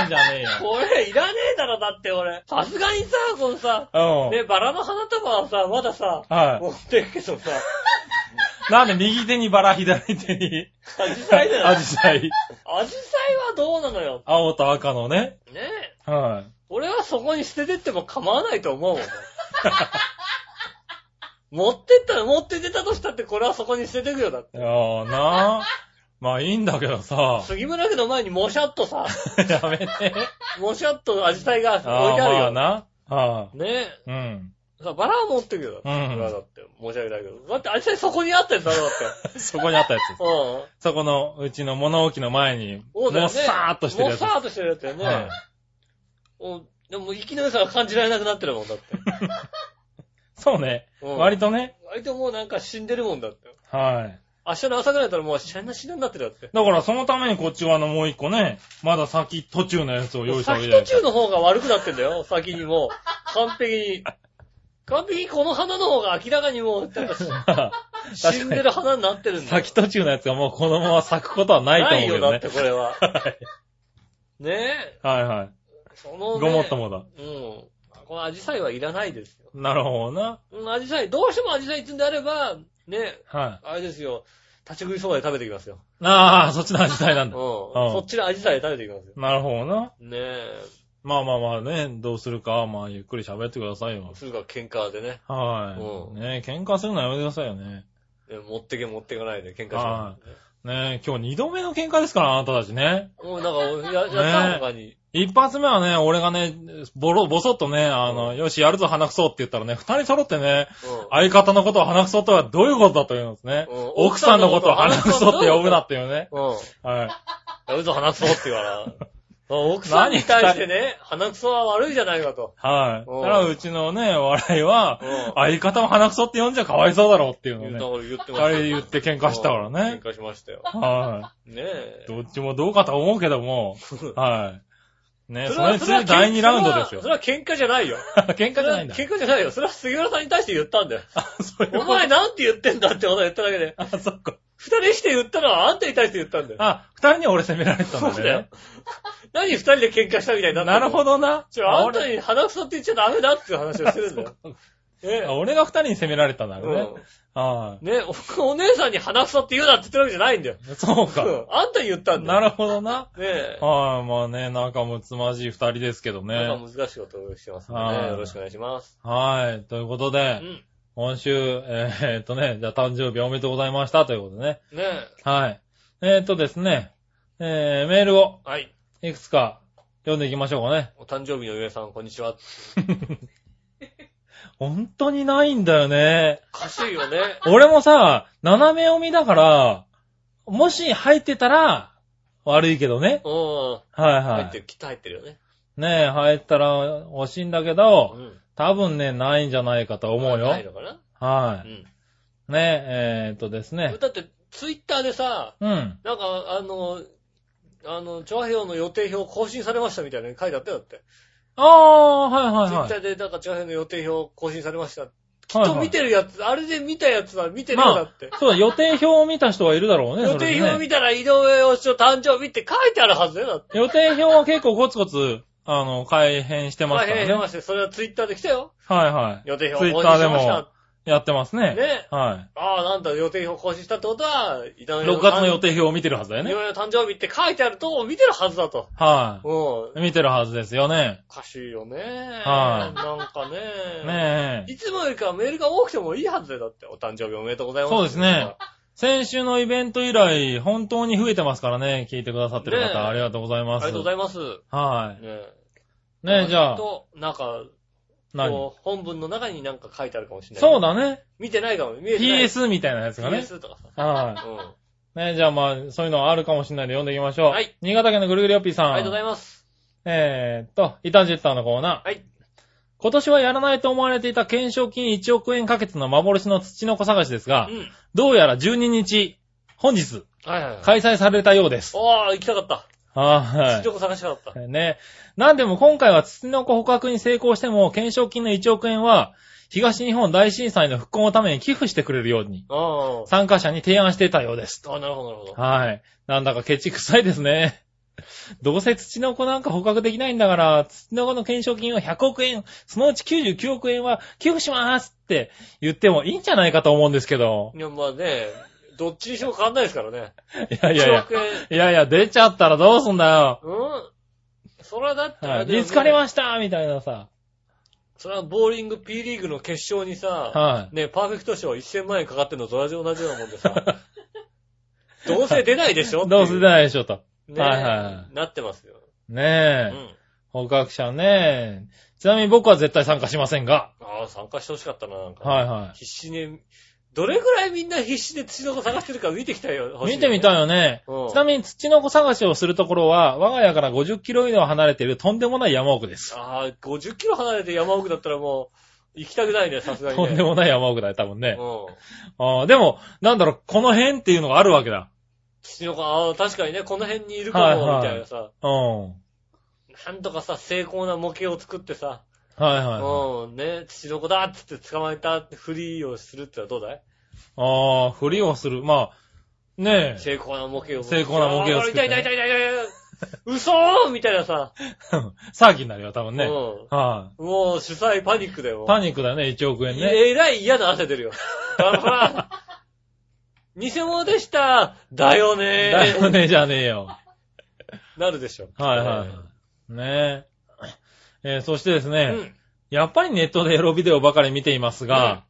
んじゃねえよ。
これ、いらねえだろ、だって俺。さすがにさ、このさ、
うん。
ね、バラの花束はさ、まださ、
は
持ってるけどさ、
い。なんで右手にバラ、左手に。
アジサイだよ。
アジサイ。
アジサイはなのよ。
青と赤のね。
ねえ。
はい。
俺はそこに捨ててっても構わないと思う もん。持ってったら、持って出たとしたってこれはそこに捨ててくよだって。
いやーなー。 まあいいんだけどさ。
杉村家の前にもしゃっとさ、
やめて。
もしゃっとアジサイが置いて
あ
あ
あ、
る
まあ
よ。
な。ああ。
ねえ。
うん。
さ、バラは持ってくよ。
う
だ
ん
ってそれはだって、申し訳ないけど。だって、あいつそこにあったやつだろ、だ って。
そこにあったやつ。
うん。
そこの、うちの物置の前に、
そ
も
うだよ
う
ね。
さーっとしてるやつ。
もうさーっとしてるやつだよね。
はい
うんでも、生きの良さが感じられなくなってるもんだって。
そうね。
うん
割とね。
割ともうなんか死んでるもんだって。
はい。
明日の朝ぐらいだったらもう死んだ死んだになってるだって。
だからそのためにこっちはあのもう一個ね、まだ先途中のやつを用意したわけ
先
じゃな
途
いです
中
か。
の方が悪くなってんだよ、先にもう。完璧に。完璧にこの花の方が明らかにもう、なんか死んでる花になってるんだよ。
先途中のやつがもうこのまま咲くことはないと思うけ
ないよ、
ど
だっ
ね
て。これは。
はい
ねえ。
はいはい。
その、ね、
ごもっともだ。
うん。このアジサイはいらないですよ。
なるほどな。
うん、アジサイ、どうしてもアジサイってんであれば、ね、
はい。
あれですよ、立ち食いそばで食べてきますよ。
ああ、そっちのアジサイな
うんん。
だ。
そっちのアジサイで食べてきますよ。
なるほどな。
ねえ。
まあまあまあね、どうするか、まあゆっくり喋ってくださいよ。
するから喧嘩でね。
は
うん
い。ねえ喧嘩するのやめてくださいよね。
ね持ってけ持ってかないで喧嘩しま
ねえ今日二度目の喧嘩ですから、あなたたちね。
す。もうなんか、や、やった他に。
一発目はね、俺がね、ボロ、ボソっとね、あの、よし、やるぞ、鼻くそって言ったらね、二人揃ってね、
う
相方のことを鼻くそとはどういうことだというんですね。
うん
奥さんのことを鼻くそって呼ぶなっていうね。
ん。うん。
はい。
やるぞ、鼻くそって言わ な。奥さんに対してね、鼻くそは悪いじゃないかと。
はい。
うん
だからうちのね、笑いは
うん、
相方も鼻くそって呼んじゃかわいそうだろうっていう
言う
のをね、
言って
二
ました
人。言って喧嘩したからね
喧。嘩しましたよ。
は
ね
い。
え。
どっちもどうかと思うけど も、はい。ね、それに
そ
次
れは
ぐ第2ラウンドですよ
そ。れはそれは喧嘩じゃないよ。
喧嘩じゃないんだ。
喧嘩じゃないよ。それは杉浦さんに対して言ったんだよ。
あ、そういうこ
お
と
前なんて言ってんだってことを言っただけで。
あ、そっか。
二人して言ったのはあんたに対して言ったんだよ。
あ、二人に俺責められてたんだね。
そうだよ。何二人で喧嘩したみたいになった
なるほ
ど。
どな。
ちょ、あんたに鼻くそって言っちゃダメだっていう話をしてるんだよ。ね
あ俺が二人に責められたんだ
う
ね。は
んねお、お 姉さんに鼻くそって言うなって言ってるわけじゃないんだよ。
い。そう
う
か。
んあんたに言ったんだ
な
よ。
るほどな。
ねえ。
はい、まあね、仲睦まじい二人ですけど
なん
ね。
か難しいことをしてますんで
は
ね。
い
よろしくお願いします。
はい、ということ
う
で、
ん。
今週、えーえーっとね、じゃあ誕生日おめでとうございましたということでね。
ねえ。
はい。えーっとですね、えー、メールを
はい。
いくつか読んでいきましょうかね。
お誕生日の上さん、こんにちは。
本当にないんだよね。
おかしい よね。
俺もさ、斜め読みだから、もし入ってたら、悪いけどね。
うん。
はいは
入って
い。
る、きっと入ってるよね。
ねえ、入ったら惜しいんだけ
う
ど、
ん。
多分ね、ないんじゃないかと思うよ
ない。のかな
は
う
い。
ん。
ねえ、えーっとですね。
だって、ツイッターでさ、
うん。
なんか、あの、あの、調和表の予定表更新されましたみたいなの書いてあったよ、だって。
ああ、はい
ツイ
はいは
ッ
い。
タ
はい
ーで、なんか調和表の予定表更新されました。きっ
はい
と見てるやつ、あれで見たやつは見てるよ、だ
ま
って
あ。、そうだ、予定表を見た人はいるだろうね、
予
そ
定
れで
表
ね。
見たら、井上洋一の誕生日って書いてあるはずだよ、だって。
予定表は結構コツコツ、あの、改変してま
大
すか
変
ら
変
ね。
ま
は
して、それはツイッターで来たよ。
いは
予定
い。ツ
表
イ
更新
ッター
し
で
まし
も
た。
やってますね。
ね
は
ああ、なんだ、予定表更新したってことは、井上
い。
洋
6月の予定表を見てるはずだよ
井
ね。
上の誕生日って書いてあるとこを見てるはずだと。
は
うん。
い。見てるはずですよね。
おかしいよね。
は
な
い
んかね。
ねえ。
いつもよりかメールが多くてもいいはずだよ。だって、お誕生日おめでとうございます。
そうですね先週のイベント以来、本当に増えてますからね、聞いてくださってる
ねえ
方、ありがとうござい
あ
ま
り
す。
がとうございます。ね
はい。
え。
ねえ、じゃあ、
と、なんか、
何
こう本文の中になんか書いてあるかもしれない。
そう。だね。
見てないかも。見えてない。
PS みたいなやつがね。
PS とかさ。
は
うん。
い。ねえ、じゃあまあ、そういうのあるかもしれないんで読んでいきましょう。
はい。
新潟県のぐるぐるよっぴーさん。
ありがとうございます。
えーっと、イタジェッターのコーナー。
はい。
今年はやらないと思われていた懸賞金1億円かけての幻の土の子探しですが
う、ん。
どうやら12日、本日、
はいはいはい。
開催されたようです。
おー、行きたかった。
は
ちっちゃい子探したかった。
い。ね。なんでも今回は土の子捕獲に成功しても、懸賞金の1億円は、東日本大震災の復興のために寄付してくれるように、
あ
参加者に提案していたようです。
あ。あなるほど、なるほど。
はい。なんだかケチくさいですね。どうせ土の子なんか捕獲できないんだから、土の子の懸賞金を100億円、そのうち99億円は寄付しますって言ってもいいんじゃないかと思うんですけど。
いや、まあね、どっちにしろ変わんないですからね。
いやいやい
1
や
億。円。
いやいや、出ちゃったらどうすんだよ。
うんそれはだってあ
は
れ
い
だよね
見つかりましたみたいなさ。
それはボーリング P リーグの決勝にさ、
は
ね、パーフェクト賞1000万円かかってんのと同じ同じようなもんでさ、 どうせ出ないでしょ
い。どうせ出
い。
ないでしょ、と。
ね
はいはいは
なってますよ。う
ねえ。
ん。
捕獲者ねえ。ちなみに僕は絶対参加しませんが。
ああ、参加してほしかったな、なんか。
はいは
必死に、どれぐらいみんな必死で土の子探してるか見てきたよ。
い。見てみたい
い。
よね。
うん
ちなみに土の子探しをするところは、我が家から50キロ以上離れているとんでもない山奥です。
ああ、50キロ離れて山奥だったらもう、行きたくないね、さすがに、ね。
とんでもない山奥だよ、多分ね。
うん。
ああでも、なんだろう、この辺っていうのがあるわけだ。
土の子、ああ、確かにね、この辺にいるか
はいは
も、
い
みたいなさ。
うん。
なんとかさ、精巧な模型を作ってさ、
はいはい。
うん、ね、土の子だっつって捕まえたふりをするってのはどうだい
ああ、ふりをする。まあ、ねえ。
精巧な模型を。
精巧な模型を作って
あー痛い痛い痛い痛い痛い嘘ーみたいなさ。
騒ぎになるよ、多分ね。はい、
うん。もう主催パニックだよ。
パニックだね、1億円ね。
えらい嫌な汗出るよ。ほら、偽物でした。だよねー。
だよね、じゃねえよ。
なるでしょ。
はいはい。ねえ。えーそしてですね、
うん。
やっぱりネットでエロビデオばかり見ていますが、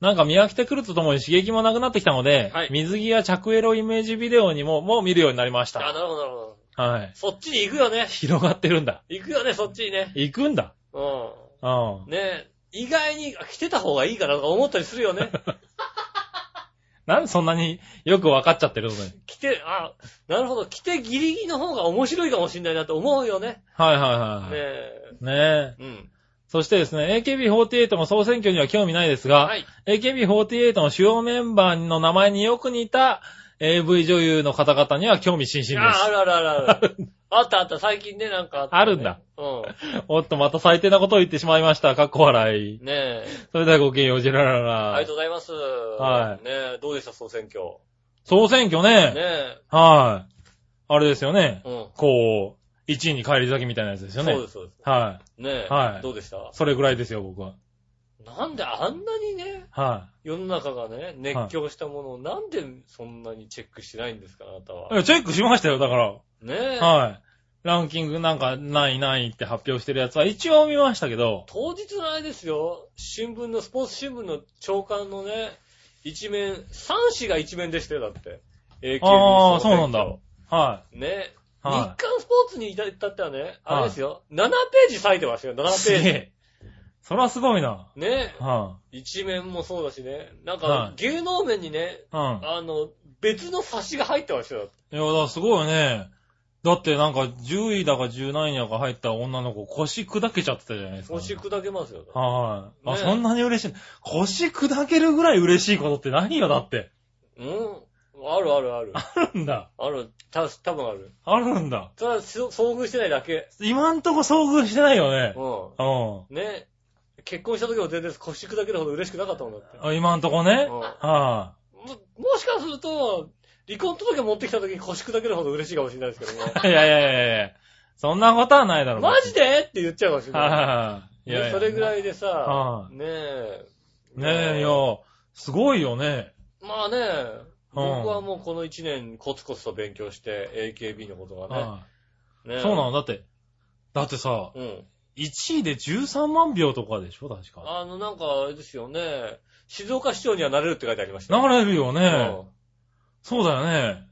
なんか見飽きてくるとともに刺激もなくなってきたので、
はい
水着や着エロイメージビデオにも、もう見るようになりまし
あ、な
た。
るほど、なるほど。
はい。
そっちに行くよね。
広がってるんだ。
行くよね、そっちにね。
行くんだ。
う
うん
ん。。ねえ。意外に、あ来てた方がいいかなとか思ったりするよ ね。
なんでそんなによく分かっちゃってるの ね。
来て、あ、なるほど。来てギリギリの方が面白いかもしんないなと思うよね。
はい
ね
はいはい。
え。
ねえ。
うん。
そしてですね、AKB48 の総選挙には興味ないですが、
はい。
AKB48 の主要メンバーの名前によく似た AV 女優の方々には興味津々で
あ、あ
す。
るあるあるある。 あったあった、最近ね、なんかあったね
あるんだ。
う
おっと、また最低なことを言ってしまいました。かっこ笑い。
ん。ねえ。
それではごきげんよう、ジェララ
ありが
ラ
と。うございます。。
はい
ねえ、どうでした、総選挙。
総選挙
ね
ね。
え。
はい。あれですよね。
うん。
こう、1位に返り咲きみたいなやつですよね。
そうです、そうです。
は
ねえ。
はい
どうでした
い。それぐらいですよ、僕は。
なんであんなにね、
は
世の中がね、熱狂したものをなんでそんなにチェックしないんですか、あなた
い。
は。
えチェックしましたよ、だから。
ねえ。
はい。ランキングなんか、何位何位って発表してるやつは一応見ましたけど、
当日のあれですよ、新聞の、スポーツ新聞の朝刊のね、一面、3紙が一面でしたよ、だって。AKB 総選
あー
挙
そうなんだは
ね。
い。は
日刊スポーツに至ったってはね、あれですよ、7ページ割いてますよ、7
い。す
ペー
げ
ジ。
え。そらすごいな。
ね。
は
一面もそうだしね。なん
は
か、芸能面にね、
い。うん。
あの、別の冊子が入ってましたよ。
いや、だからすごいよね。だってなんか10位だか10何位だか入った女の子腰砕けちゃってたじゃないですか。
腰砕けますよ。
はい。あ、
ね
そんなに嬉しい。腰砕けるぐらい嬉しいことって何よ、だって。
うんあるあるある。
あるんだ。
ある。た、多分ある。
あるんだ。
ただ、し遭遇してないだけ。
今んとこ遭遇してないよね。
う。
うん
ね。結婚した時も全然腰砕けるほど嬉しくなかったもんだって。
ん。あ今んとこね。
うん
は
も、もしかすると、離婚届持ってきた時腰砕けるほど嬉しいかもしれないですけ ども。
い。いやいやいやいやそんなことはないだろ。
マジでって言っちゃうかもしれない。
はい。いやい
ね
や。
それぐらいでさ
は、い
ねえ。
ねえ、いや、すごいよね。
まあね、
うん
僕はもうこの1年コツコツと勉強して、AKB のことがね。
は
ね
い。そうなのだって、だってさ、
うん。
1位で13万票とかでしょ確か。
あの、なんか、あれですよね。静岡市長にはなれるって書いてありました。
流れるよ
う
ね。
ん
そうだよね。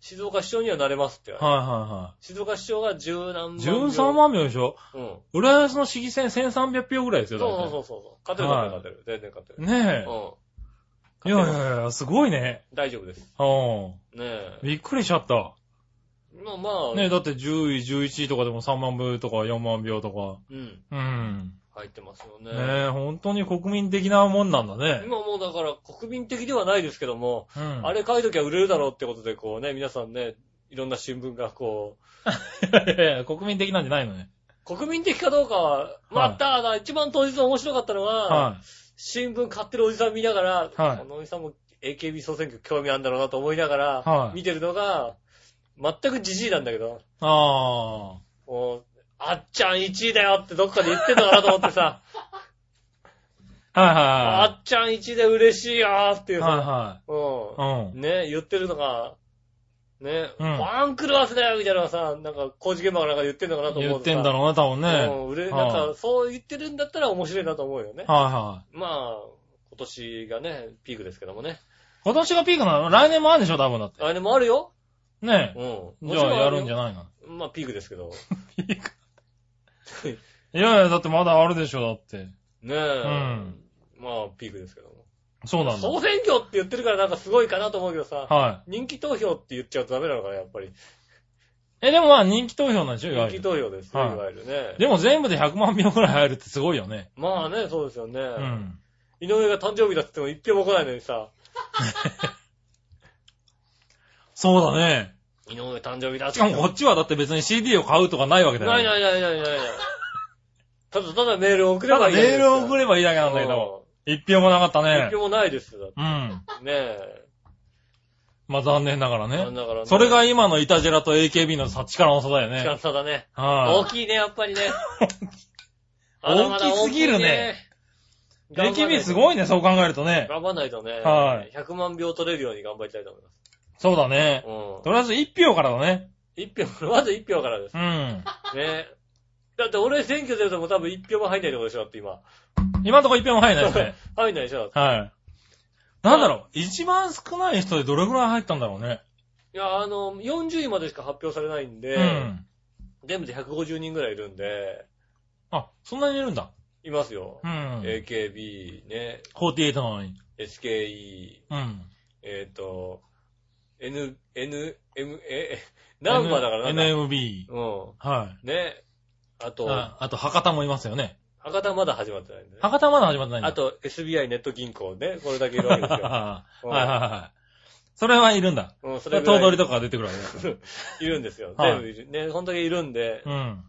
静岡市長にはなれますって。
はいは
静岡市長が10何万
いはい。
票。
13万票でしょ
うん。
浦安の市議選1300票ぐらいです
そう
よ、だ
そう
い
そうそう。勝てる勝てる勝てる。全然勝てる。
ね
う
え。
ん。
いやい
勝てる
やいや、すごいね。
大丈夫です。
うん。
ねえ。
びっくりしちゃった。
まあまあ、
ねえ、だって10位、11位とかでも3万票とか4万票とか。
うん。
うん。
入ってますよね。
ねえ、本当に国民的なもんなんだね。
今もうだから国民的ではないですけども、
うん。
あれ書いときゃ売れるだろうってことで、こうね、皆さんね、いろんな新聞がこう、
いやいや国民的なんじゃないのね。
国民的かどうかは、まあ、ただ、一番当日面白かったのは、
はい。
新聞買ってるおじさん見ながら、
はい
このおじさんも AKB 総選挙興味あるんだろうなと思いなが
は
ら、
い
見てるのが、全くじじいなんだけど、
あ
もう、あっちゃん1位だよってどっかで言ってんのかなと思ってさ、
あ。はい
あ
は
っちゃん1で嬉しいやーってい
い。
う
はい
さ、
は
う
い。うん
ん。。ね、言ってるのが、ね、フ
うん
ァンクルアスだよみたいなのがさ、なんか工事現場かなんかで言ってんのかなと思
言
う
っ
とさ
てんだろうな、多分ね。
うん、売れ、
は
ないんか、そう言ってるんだったら面白いなと思うよね。
はいはい。
まあ、今年がね、ピークですけどもね。
今年がピークなの来年もあるんでしょ、多分だって。
来年もあるよ。
ね
う
え。
ん。
じゃあやるんじゃ
ゃ
ないの
まあ、ピークですけど。
いやいや、だってまだあるでしょ、だって。
ねえ。
ん
まあ、ピークですけども。
そうなんだ。
総選挙って言ってるからなんかすごいかなと思うけどさ、
は
人気投票って言っちゃうとダメなのかな、やっぱり。
い。え、でもまあ人気投票なんでしょ、いわ
人
ゆ
気
る。
投票ですよ、
はい
いわゆるね。
でも全部で100万票くらい入るってすごいよね。
まあね、そうですよね。
うん。
井上が誕生日だって言っても一票も来ないのにさ、
そうだね。
井上誕生日だっ。
してかもこっちはだって別に CD を買うとかないわけだよ
な
ね。
いないないないないない。ただただメールを送れ
た
ば
だ
いい。
メールを送
れ
ればいいだけなんだけど、一票もなかったね
一票。もないですよ。だっ
うん。
てねえ。
まあ残念ながら
なん
ね。
だからね
それが今のイタジェラと AKB の差力の差だよ
近
ね。
さだね。大
は
きいね、やっぱりね。
大きい大きすぎるねい。
まだまだ大きいね。
AKB す
い。
ごいね、そう考えるとね。
頑張んないとね。
はい。
100万票取れるように頑張りたいと思います。
そうだね。
う
とりあえず一票からだね。
ん。一票、まず一票 からです。
うん。
ねだって俺選挙出るともう多分一票も入んないとこでしょ、だって今。
今のところ一票も入らないですね。
入んないでしょ。だって
はい。なんだろう、一番少ない人でどれぐらい入ったんだろうね。
いや、あの、40位までしか発表されないんで、
うん。
全部で150人ぐらいいるんで、
あ、そんなにいるんだ。
いますよ
う。ん。
AKB、ね、
48なのに。
SKE、
うん。
えっ、と、N、N、M、え、ナンバーだからなんだ。
NMB。
う
は
ん。ね。あ
い。
と、
ああと、博多もいますよね。
博多まだ始まってないんでね。
博多まだ始まってないんだ。
あと、SBI ネット銀行ね。これだけいるわけで すよ。
はいはいはい。それはいるんだ。
うん、そ
それ、
れ
頭
り
取とかが出てくるわけだ。
いるんですよ。
はい
全部いる。ね、そんだけいるんで、
うん。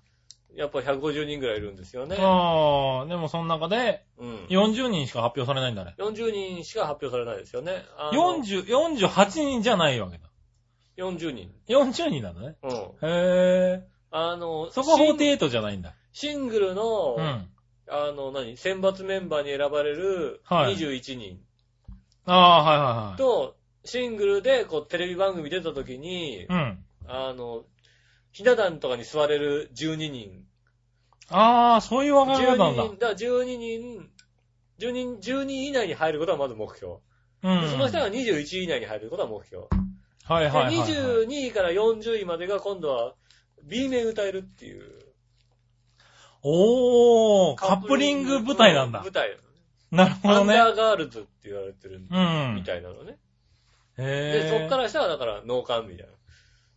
やっぱ150人ぐらいいるんですよね。
ああ、でもその中で、
うん。
40人しか発表されないんだね。
40人しか発表されないですよね。あの
40、48人じゃないわけだ。
40人。
40人なんだね。
うん。
へえ。
あの、
そこは
シン
48じゃないんだ。
シングルの、
うん。
あの、何、選抜メンバーに選ばれる
はい
21人
ああ、はいはいはい。
と、シングルで、こう、テレビ番組出た時に、
うん。
あの、ひな壇とかに座れる12人。
ああ、そういう分かれ
12
方なんだ。
人、だから12人、10人、10人以内に入ることはまず目標。
う
で
ん。
その人が21位以内に入ることは目標。
はい
で
はいはいはい。
22位から40位までが今度は B 面歌えるっていう。
おー、カップリング舞台なんだ
舞。台。
なるほ
ア
ど
ンダ
ね。
ーガールズって言われてる
うん。
みたいなのね。
へ
で、
ー
そっからしたらだから農家みたい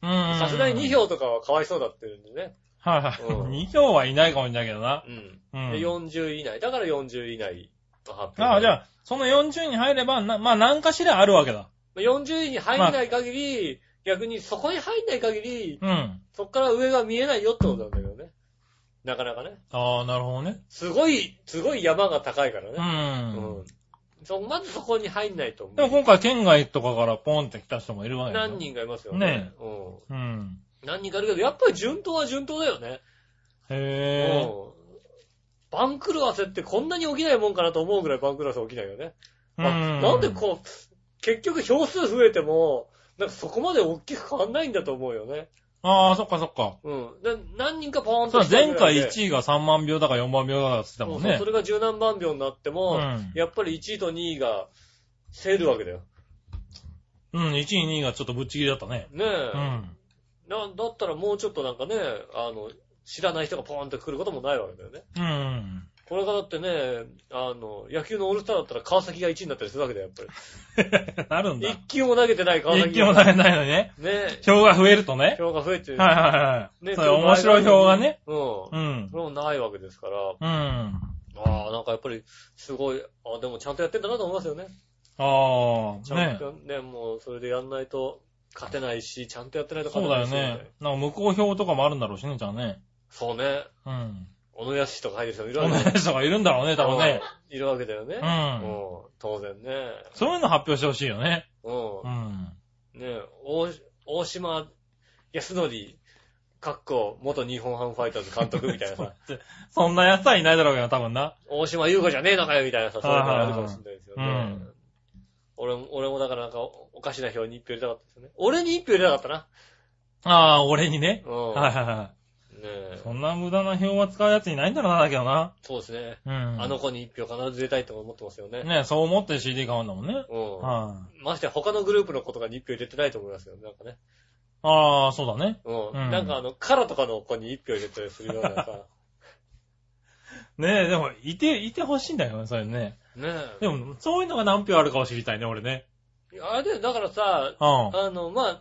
うんう
な。
ん
さすがに2。票とかはかわいそうだって言うんでね。
はいはい。
うん
2票はいないかもしれないけどな。
うん。
うん。
で、40位以内。だから40位以内と発表。
ああ、じゃ
あ。
あ、その40に入れば、なまあ何かしらあるわけだ。
40位に入らない限り、逆にそこに入んない限り、
うん。
そっから上が見えないよってことなんだけどね。なかなかね。
ああ、なるほどね。
すごい、すごい山が高いから
う
ね。
ん。
うん。そ、まずそこに入んないと思う。
でも今回県外とかからポンって来た人もいるわけだよ
何人かいますよね。
ね
うん。
うん。
何人かいるけど、やっぱり順当は順当だよね。
へえ。
うん。番狂わせってこんなに起きないもんかなと思うぐらい番狂わせ起きないよね。あ
う
なんでこう、結局票数増えても、なんかそこまで大きく変わんないんだと思うよね。
ああ、そっかそっか。
うん。で何人かポーン
そ
と
うだ前回
位
1位が3万秒だか4万秒だかって言
だ
ってたもん
そう
ね
そ。れが十何万秒になっても、
うん
やっぱり1位と2位が競るわけだよ。
うん、1位、2位がちょっとぶっちぎりだったね。
ねえ。
うん。
な、だったらもうちょっとなんかね、あの、知らない人がポーンって来ることもないわけだよね。
うん。
これがだってね、あの、野球のオールスターだったら川崎が1位になったりするわけだよ、やっぱ
なるん
り。
だ
一。球も投げてない川崎が。
一気も投げないのにね。
ね
票が増えると
え、
ね。
票が増えて、
はいはいはい。
ね
それ面白い票がね。。
うん。
うん
そ。れもないわけですから、
うん。あ
ああ、なんかやっぱり、すごい、あでもちゃんとやってんだなと思いますよね。
あ
ち
ー、
ゃん
ね。
と、ね、もうそれでやんないと勝てないし、ちゃんとやってないと
そ
勝
う
て
だ
ない
よ
し、
ね。なんか向こう票とかもあるんだろうしね、じゃあね。
そうね。
うん。
小野康とか入る人もいる
そ
わ
ん
け
な
だよ。
人がいるんだろうね、多分ね。
うん。いるわけだよね。
うん
う当然ね。
そういうの発表してほしいよね。
うん
う。ん。
ねえ、大、大島康則、かっこ、元日本ハムファイターズ監督みたいなさ、
そんな奴はいないだろうけど、多分な。
大島優子じゃねえのかよみたいなさ、そういうのがあるかもしれないですよ
は
ね
いはいはいうん。
俺も、俺もだからなんかお、おかしな票に一票入れたかったですよね。俺に一票入れたかったな。
ああ、俺にね。
うん。
はいはいは
ね
い。
え
そんな無駄な票は使う奴いないんだろうな、だけどな。
そうですね。
うん。
あの子に一票必ず入れたいと思ってますよね。
ね、そう思って CD 買うんだもんね。
うん。
は
ましてや他のグループの子とかに一票入れてないと思いますよね、なんかね。
い。ああ、そうだね。
う。
うんん
なんかあの、カラとかの子に一票入れたりするような さ。
ねえ、でも、いて、いてほしいんだよね、それね。
ね
でも、そういうのが何票あるかを知りたいね、俺ね。
え。あれだよ、だからさ、
うん。はい
あの、まあ、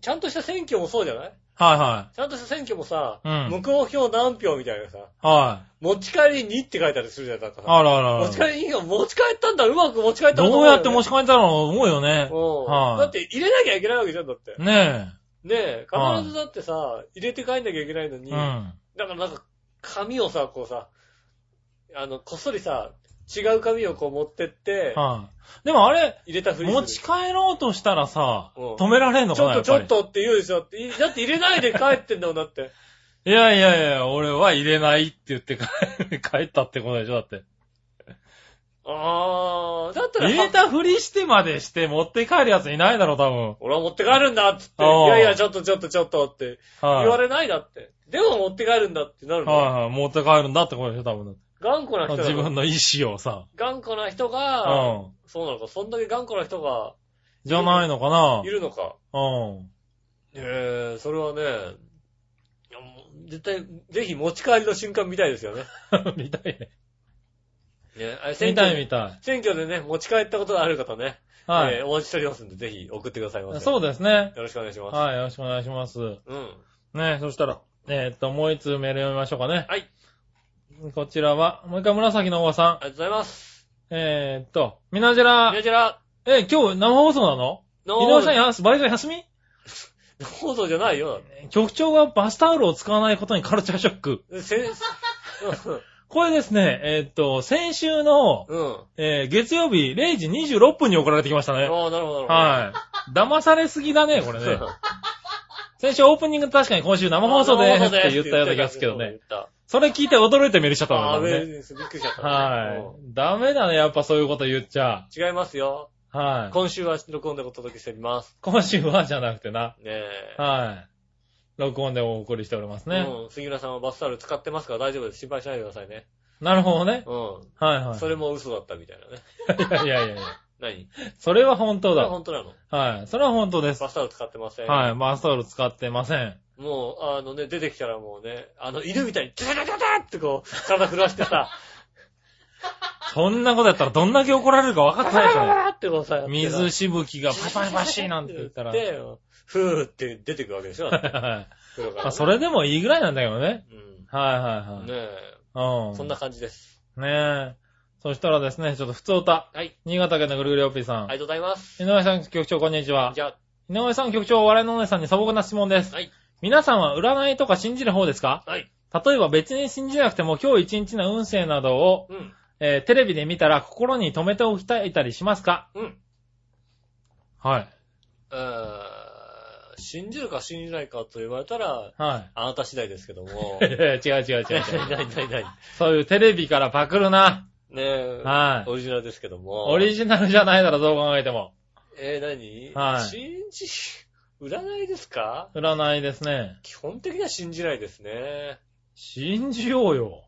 ちゃんとした選挙もそうじゃない
は
ちゃんとした選挙もさ、
うん
無効票何票みたいなさ、
い。はい。
持ち帰りにって書いたりするじゃん、なんかさ。
あらあらあ
持
ら
ち帰りに持ち帰ったんだ、うまく持ち帰ったんだ
どうやって持
ち
ち帰ったの思うよね。
うん。
はい
だって入れなきゃいけないわけじゃん、だって。
ね
ねえ、必ずだってさ、入れて帰んなきゃいけないの
え。
に、
う
だか
ん。
らなんか、紙をさ、こうさ、あの、こっそりさ、違う紙をこう持ってって、
はい。でもあれ、
入れたふりする。
持ち帰ろうとしたらさ、
うん
止められんの
ち
か
ょ
な
っと
やっ
ちょ
ぱ
っ
り。
とって言うでしょって。いだって入れないで帰ってんだもん、だって。
いやいやいや、俺は入れないって言って帰帰ったってことでしょ、だ って。
あー、だったら、
入れたふりしてまでして持って帰るやついないだろ、多
俺は持って帰るんだっつって、い
あー
やいや、ちょっとちょっとちょっとって
分。はい。
言われないだって。でも持って帰るんだってなるの。
はいはい。持って帰るんだってことでしょ、多分。
頑固な人な
自分
の。
の意思をさ。
頑固な人
う
が、
ん。
そうなのか、そんだけ頑固な人が
じゃないのかない
るのか。
うん。
ええ、それはね、いやもう絶対、ぜひ持ち帰りの瞬間見たい ですよね。
見たいね。
ねあれ選
見たい
挙
見た
選挙でね、持ち帰ったことがある方ね、
い。は
え
い。
ーお待ちしておりますんで、ぜひ送ってくださいませ。
そうですね。
よろしくお願いします。
はい、よろしくお願いします。
うん。
ね、そしたら、えーっと、もう一通メール読みましょうかね。
はい。
こちらは、もう一回紫のおばさん
あ。りがとうございます。
えーっと、みなじ
あ
ら
じゃ、じゃら、
えー、今日生放送なの
ノ
井上さんやす、バイト休み
放送じゃないよ。
局長がバスタオルを使わないことにカルチャーショック。
せん、
これですね、えーっと、先週の、
うん。あ
えー月曜日0時26分に送られてきました
あ、な
ね
る。ほど、なるほど。
はい。騙されすぎだね、 これね。先週オープニング確かに今週生放送でーすって言ったような気がするけどね。。
あ
それ聞いて驚いてメールしちゃった
あ
も
ー、
ん
び
ね。
っくりしちゃった。
はい。ダメだね、やっぱそういうこと言っちゃ。
い。違いますよ。
はい。
今週は録音でお届けしております。
今週はじゃなくてな。
ねえ。
はい。録音でお送りしておりますね。
うん。杉浦さんはバスタオル使ってますから大丈夫です。心配しないでくださいね。
なるほどね。
う
はいは
ん。それも嘘だったみたいなね。
い。いやいやいや
何
それは本当
それは
だ。
本当なの
はい。それは本当です。
バスタオル使ってません。
はい。マスタオル使ってません。
もう、あのね、出てきたらもうね、あの、犬みたいに、タタタタタってこう、体振らしてさ、
そんなことやったらどんだけ怒られるか分かってないでしょうね。
タってこう さ、やってたら
水しぶきがパシパシパシなんて言ったら。
でふーって出てくるわけでし ょ。
はい
黒から
まあ、それでもいいぐらいなんだけどね。
うん。
はいはいはい。
ねえ、
うん。
そんな感じです。
ねえ。そしたらですね、ちょっと普通歌。
はい。
新潟県のぐるぐるよっぴーさ
あ
ん。
りがとうございます。
井上さん局長、こんにちは。
じゃあ、
井上さん局長、笑いのお姉さんに素朴な質問です。
はい。
皆さんは占いとか信じる方ですか
はい。
例えば別に信じなくても今日一日の運勢などを、
うん。
えーテレビで見たら心に留めておきたいたりしますか
うん。
はい。
えー、信じるか信じないかと言われたら、
はい。。
あなた次第ですけども
違う違う違う違
な
う。
いないないない。
そういうテレビからパクるな。
ねえ、
はい。
オリジナルですけども。
オリジナルじゃないだろ、どう考えても。
えー、何
はい
信じ、占いですか
占いですね。
基本的には信じないですね。
信じようよ。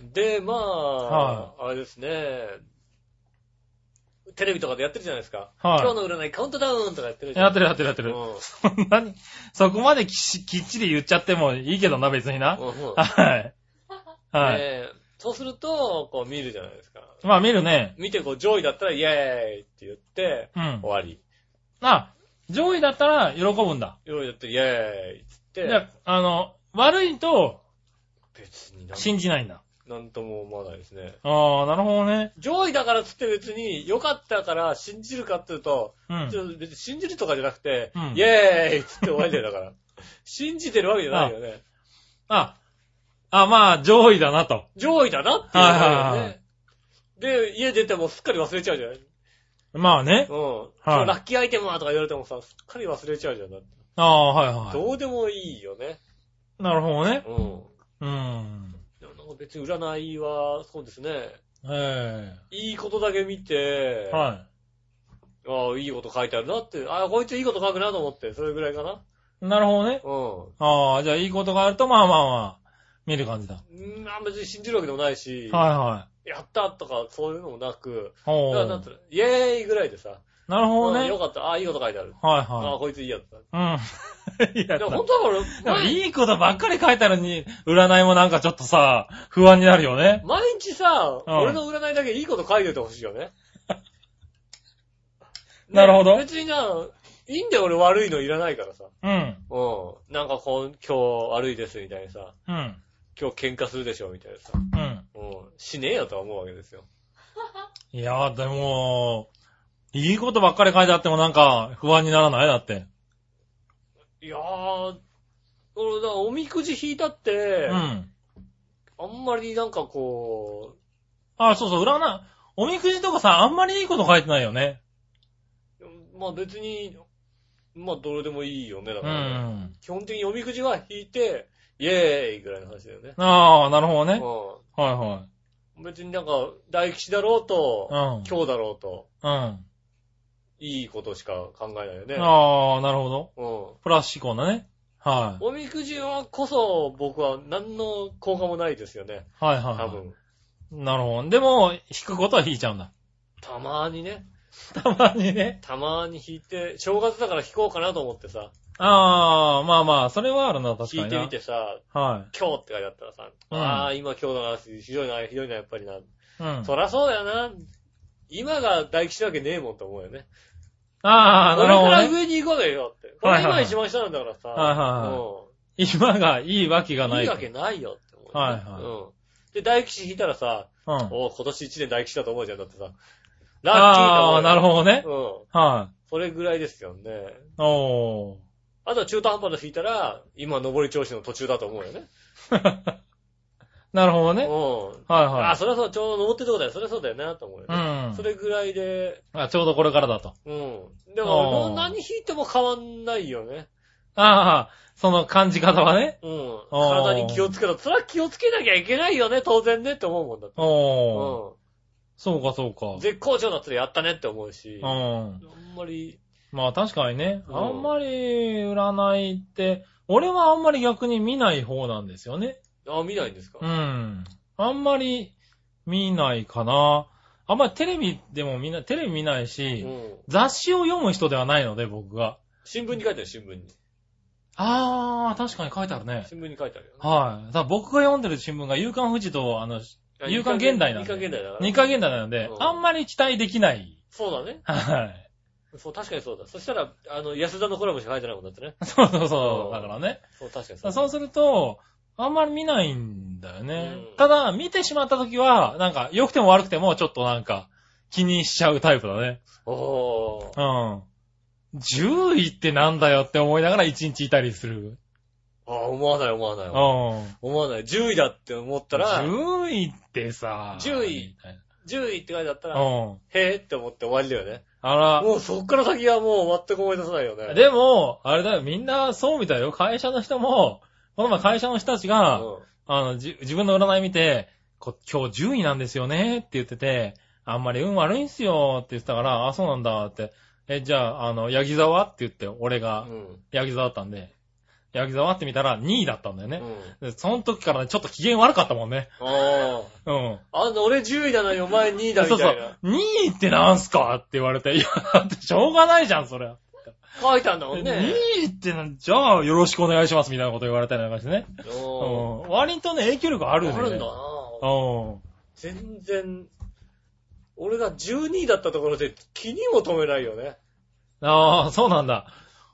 で、まあ、あれですね。テレビとかでやってるじゃないですか。
はい
今日の占いカウントダウンとかやってるじゃ
や
ない
ってるやってるやってる。そんなに、そこまできしきっちり言っちゃってもいいけどな、別にな。
うんうんうん
はい。は
ね
い。
えそうすると、こう見るじゃないですか。
まあ見るね。
見て、こう上位だったらイエーイって言って、
うん
終。わり。
あ、上位だったら喜ぶんだ。
上位だったらイエーイって
じ
言っ
ゃ
て、
あ、あの、悪いと
別に
信じないんだ。
なんなんとも思わないですね。
ああ、なるほどね。
上位だからつって別に良かったから信じるかっていうと、
うん
ち。ょっと別に信じるとかじゃなくて、
うん
イエーイっつって終わりだよ、だから。信じてるわけじゃないよね。
あ、あ、まあ、上位だなと。
上位だなっていうのがあるよ
はいはいは
ね。で、家出てもすっかり忘れちゃうじゃないうん。
まあね。
今日ラッキーアイテムはとか言われてもさ、すっかり忘れちゃうじゃん。だって
ああ、はいは
どうでもいいよね。
い。なるほどね。
うん。
うん。
でもなんか別に占いは、そうですね。
え
いいことだけ見て、
えは
ああ、いいこと書いてあるなって、ああ、こいついいこと書くなと思って、それぐらいかな。
い。なるほどね。
う
ああ、じゃあいいことがあると、まあまあまあ、見る感じだ。
ん。んーあん別に信じるわけでもないし、
はいはい。
やったとかそういうのもなく、だ
ほ
からなんつ
う。
うのイェーイぐらいでさ、
なるほど
うん
ね。
よかった、ああ、いいこと書いてある。
はい
ああ、
は
こいついいやつだ。
い。うん。いや、
でも
で
本当は俺、
も
毎
いいことばっかり書いてあるに、占いもなんかちょっとさ、不安になるよね。
毎日さ、
うん
俺の占いだけいいこと書いておいてほしいよね。
なるほど
ね別にな、いいんだよ俺悪いのいらないからさ。
うん。
うん。なんかこう、今日悪いですみたいなさ。
うん。
今日喧嘩するでしょみたいなさ。
うん。
うん。しねえよとは思うわけですよ。
いや、でも、いいことばっかり書いてあってもなんか不安にならないだって。
いやー、俺、だからおみくじ引いたって、
うん。
あんまりなんかこ
あ、そうそう、占い、おみくじとかさ、あんまりいいこと書いてないよね。
う、まあ別に、まあどれでもいいよね、だ
う
からね、
ん。
基本的におみくじは引いて、イェーイぐらいの話だよね。
ああ、なるほどね。
うん。
はいは
別になんか、大吉だろうと、
い。
今日だろうと、
うん。うん。
いいことしか考えないよね。
ああ、なるほど。
うん。
プラス思考だね。はい。
おみくじはこそ僕は何の効果もないですよね。
はいはい
多
は
分。
い。なるほど。でも、引くことは引いちゃうんだ。
たまーにね。
たまにね。
たまーに引いて、正月だから引こうかなと思ってさ、
ああ、まあまあ、それはあるな、確か
引い
に
て
な
み。てさ、
は
今日って書いてあったらさ、
うん
ああ、今今日だな、ひどいな、ひどいな、やっぱりな。
い。うん。
そらそうだよな。今が大吉なわけねえもんと思うよね。
ああ、
俺
な
か
るほ
ら
どね。
上に行こうだよって。これ
はいは
今
い
一番下なんだからさ。
はいはいはい
うん
今がいいわけがないい。
いわけないよって思う。
はいはい
うん。で、大吉引いたらさ、
うん。
おう今年一年大吉だと思うじゃん、だってさ。ラッキーだ
ああ、なる
ほ
ほどね。
ど。うん。
は
それぐらいですよね。
い。おー。
あとは中途半端で引いたら、今、上り調子の途中だと思うよね。
なるほど
う
ね。
ん。
はい
あ、
は
それはそう、ちょうど上ってるとこだよ。それはそうだよな、と思うよね。
うん
それぐらいで、
い。あ、ちょうどこれからだと。
うん。でも、
おー
ど何引いても変わんないよね。
ああ、その感じ方はね。
うん。
おー
体に気をつけろ。それは気をつけなきゃいけないよね、当然ねって思うもんだって。
おー。
う
そうかそうか。
ん。絶好調だったらやったねって思うし。あ
うん。
んまり、
まあ確かにね。
うん
あんまり占いって、俺はあんまり逆に見ない方なんですよね。
あ、見ないんですか
うん。あんまり見ないかな。あんまりテレビでも見ない、テレビ見ないし、
うん。
雑誌を読む人ではないので僕が。
新聞に書いてある、新聞に。
あー、確かに書いてあるね。
新聞に書いてあるよね。
はい。だから僕が読んでる新聞が、夕刊富士と、あの、
あ
夕刊現代なん
日
で
刊現代だから。
日刊現代なので
う、ん
あんまり期待できない。
そうだね。
はい。
そう、確かにそうだ。そしたら、あの、安田のコラボしか書いてないもんだって ね。
そうそう
う
そ
ん
う。だからね。
そう、確かにそうだ。
そうすると、あんまり見ないんだよね
うん。
ただ、見てしまった時は、なんか、良くても悪くても、ちょっとなんか、気にしちゃうタイプだね。
おー。
うん。10位ってなんだよって思いながら1日いたりする。
あー思わない、思わな
う
い
ん。。
思わない。10位だって思ったら、
10位ってさ、
10位
みたい
10位って書いてあった
な
ら、
うん。
へーって思って終わりだよね。
あら、
もうそっから先はもう全く思い出さないよね。
でも、あれだよ、みんなそうみたいよ。会社の人も、この前会社の人たち
う
が、
ん、
あの、じ自分の占い見て、こ今日10位なんですよねって言ってて、あんまり運悪いんすよって言ってたから、あ、そうなんだって。え、じゃあ、あの、ヤギ沢って言って、俺が
うん。
ヤギ沢だったんで、ヤギ沢って見たら2位だったんだよ
う
ね。
ん。
でその時からね、ちょっと機嫌悪かったもんね。
あー。
うん。
あの、俺10位なのにお前2位だみ
そ
た
う
い
そ
な。
う。2位ってなんすかって言われて、いや、だってしょうがないじゃん、それは。
書いたんだもんね。
2位ってな、じゃあよろしくお願いしますみたいなこと言われたりなんかしてね。
お
うん割とね、影響力ある
ー
ん
あ
だよ
る
ね。
んだな
うん。
全然、俺が12位だったところで気にも留めないよね。
ああ、そうなんだ。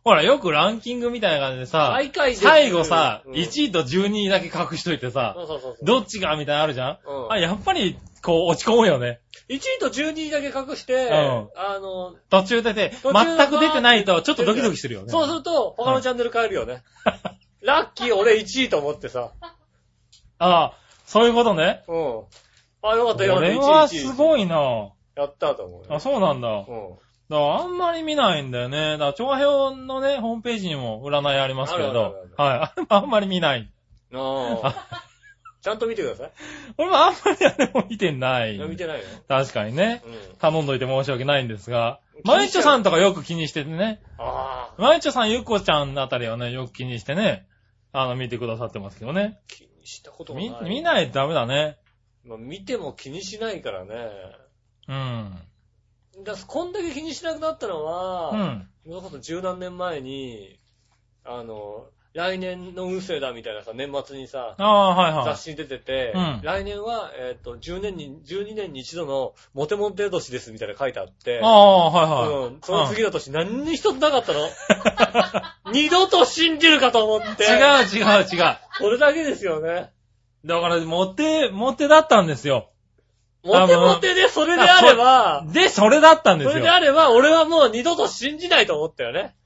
ほら、よくランキングみたいな感じでさ、
最下位で
最後さ、
うん
1位と12位だけ隠しといてさ
そ、うそうそうそう。
どっちがみたいなのあるじゃん
うん
あ、やっぱり、こう、落ち込むよね。
1位と12位だけ隠して、
ん
あの、
途中出て、
途中
全く出てないと、ちょっとドキドキするよね。
そうすると、他のチャンネル変えるよ ね。ラッキー俺1位と思ってさ。
ああ、そういうことね。
うん。あ、よかっ
こ
たよかった、
れ
1位。
はす
い。
ごいな
やったと思う
あ、
よ。
そうなんだ。
うん。
だからあんまり見ないんだよね。だから、長編のね、ホームページにも占いありますけれ
あるあ
ど
る、
はい。あれもあんまり見ない。
あ あ。ちゃんと見てください。
俺もあんまりあれも見てない。
見てないよ。
確かにね。
うん。
頼んどいて申し訳ないんですが
気にし、ちゃう
マイチョさんとかよく気にしててね。
ああ。
マイチョさん、ゆっこちゃんあたりはね、よく気にしてね、あの、見てくださってますけどね。
気にしたことも
み
ない。
見ないとダメだね。
まあ見ても気にしないからね。
うん。
だからこんだけ気にしなくなったのは、
うん。
それこそ十何年前に、あの、来年の運勢だみたいなさ、年末にさ、
ああ、はいはい
雑。誌に出てて、
うん
来年は、えっ、と、10年に、12年に一度のモテモテ年ですみたいなの書いてあって、
ああ、はいはい。
うん、その次の年何に一つなかったの 二度と信じるかと思って。う。
違う違う違う。
それだけですよね。
だから、モテ、モテだったんですよ。
モテモテでそれであれば、
で、それだったんで
そ
す
れ
よ
で。あれば、俺はもう二度と信じないと思ったよね。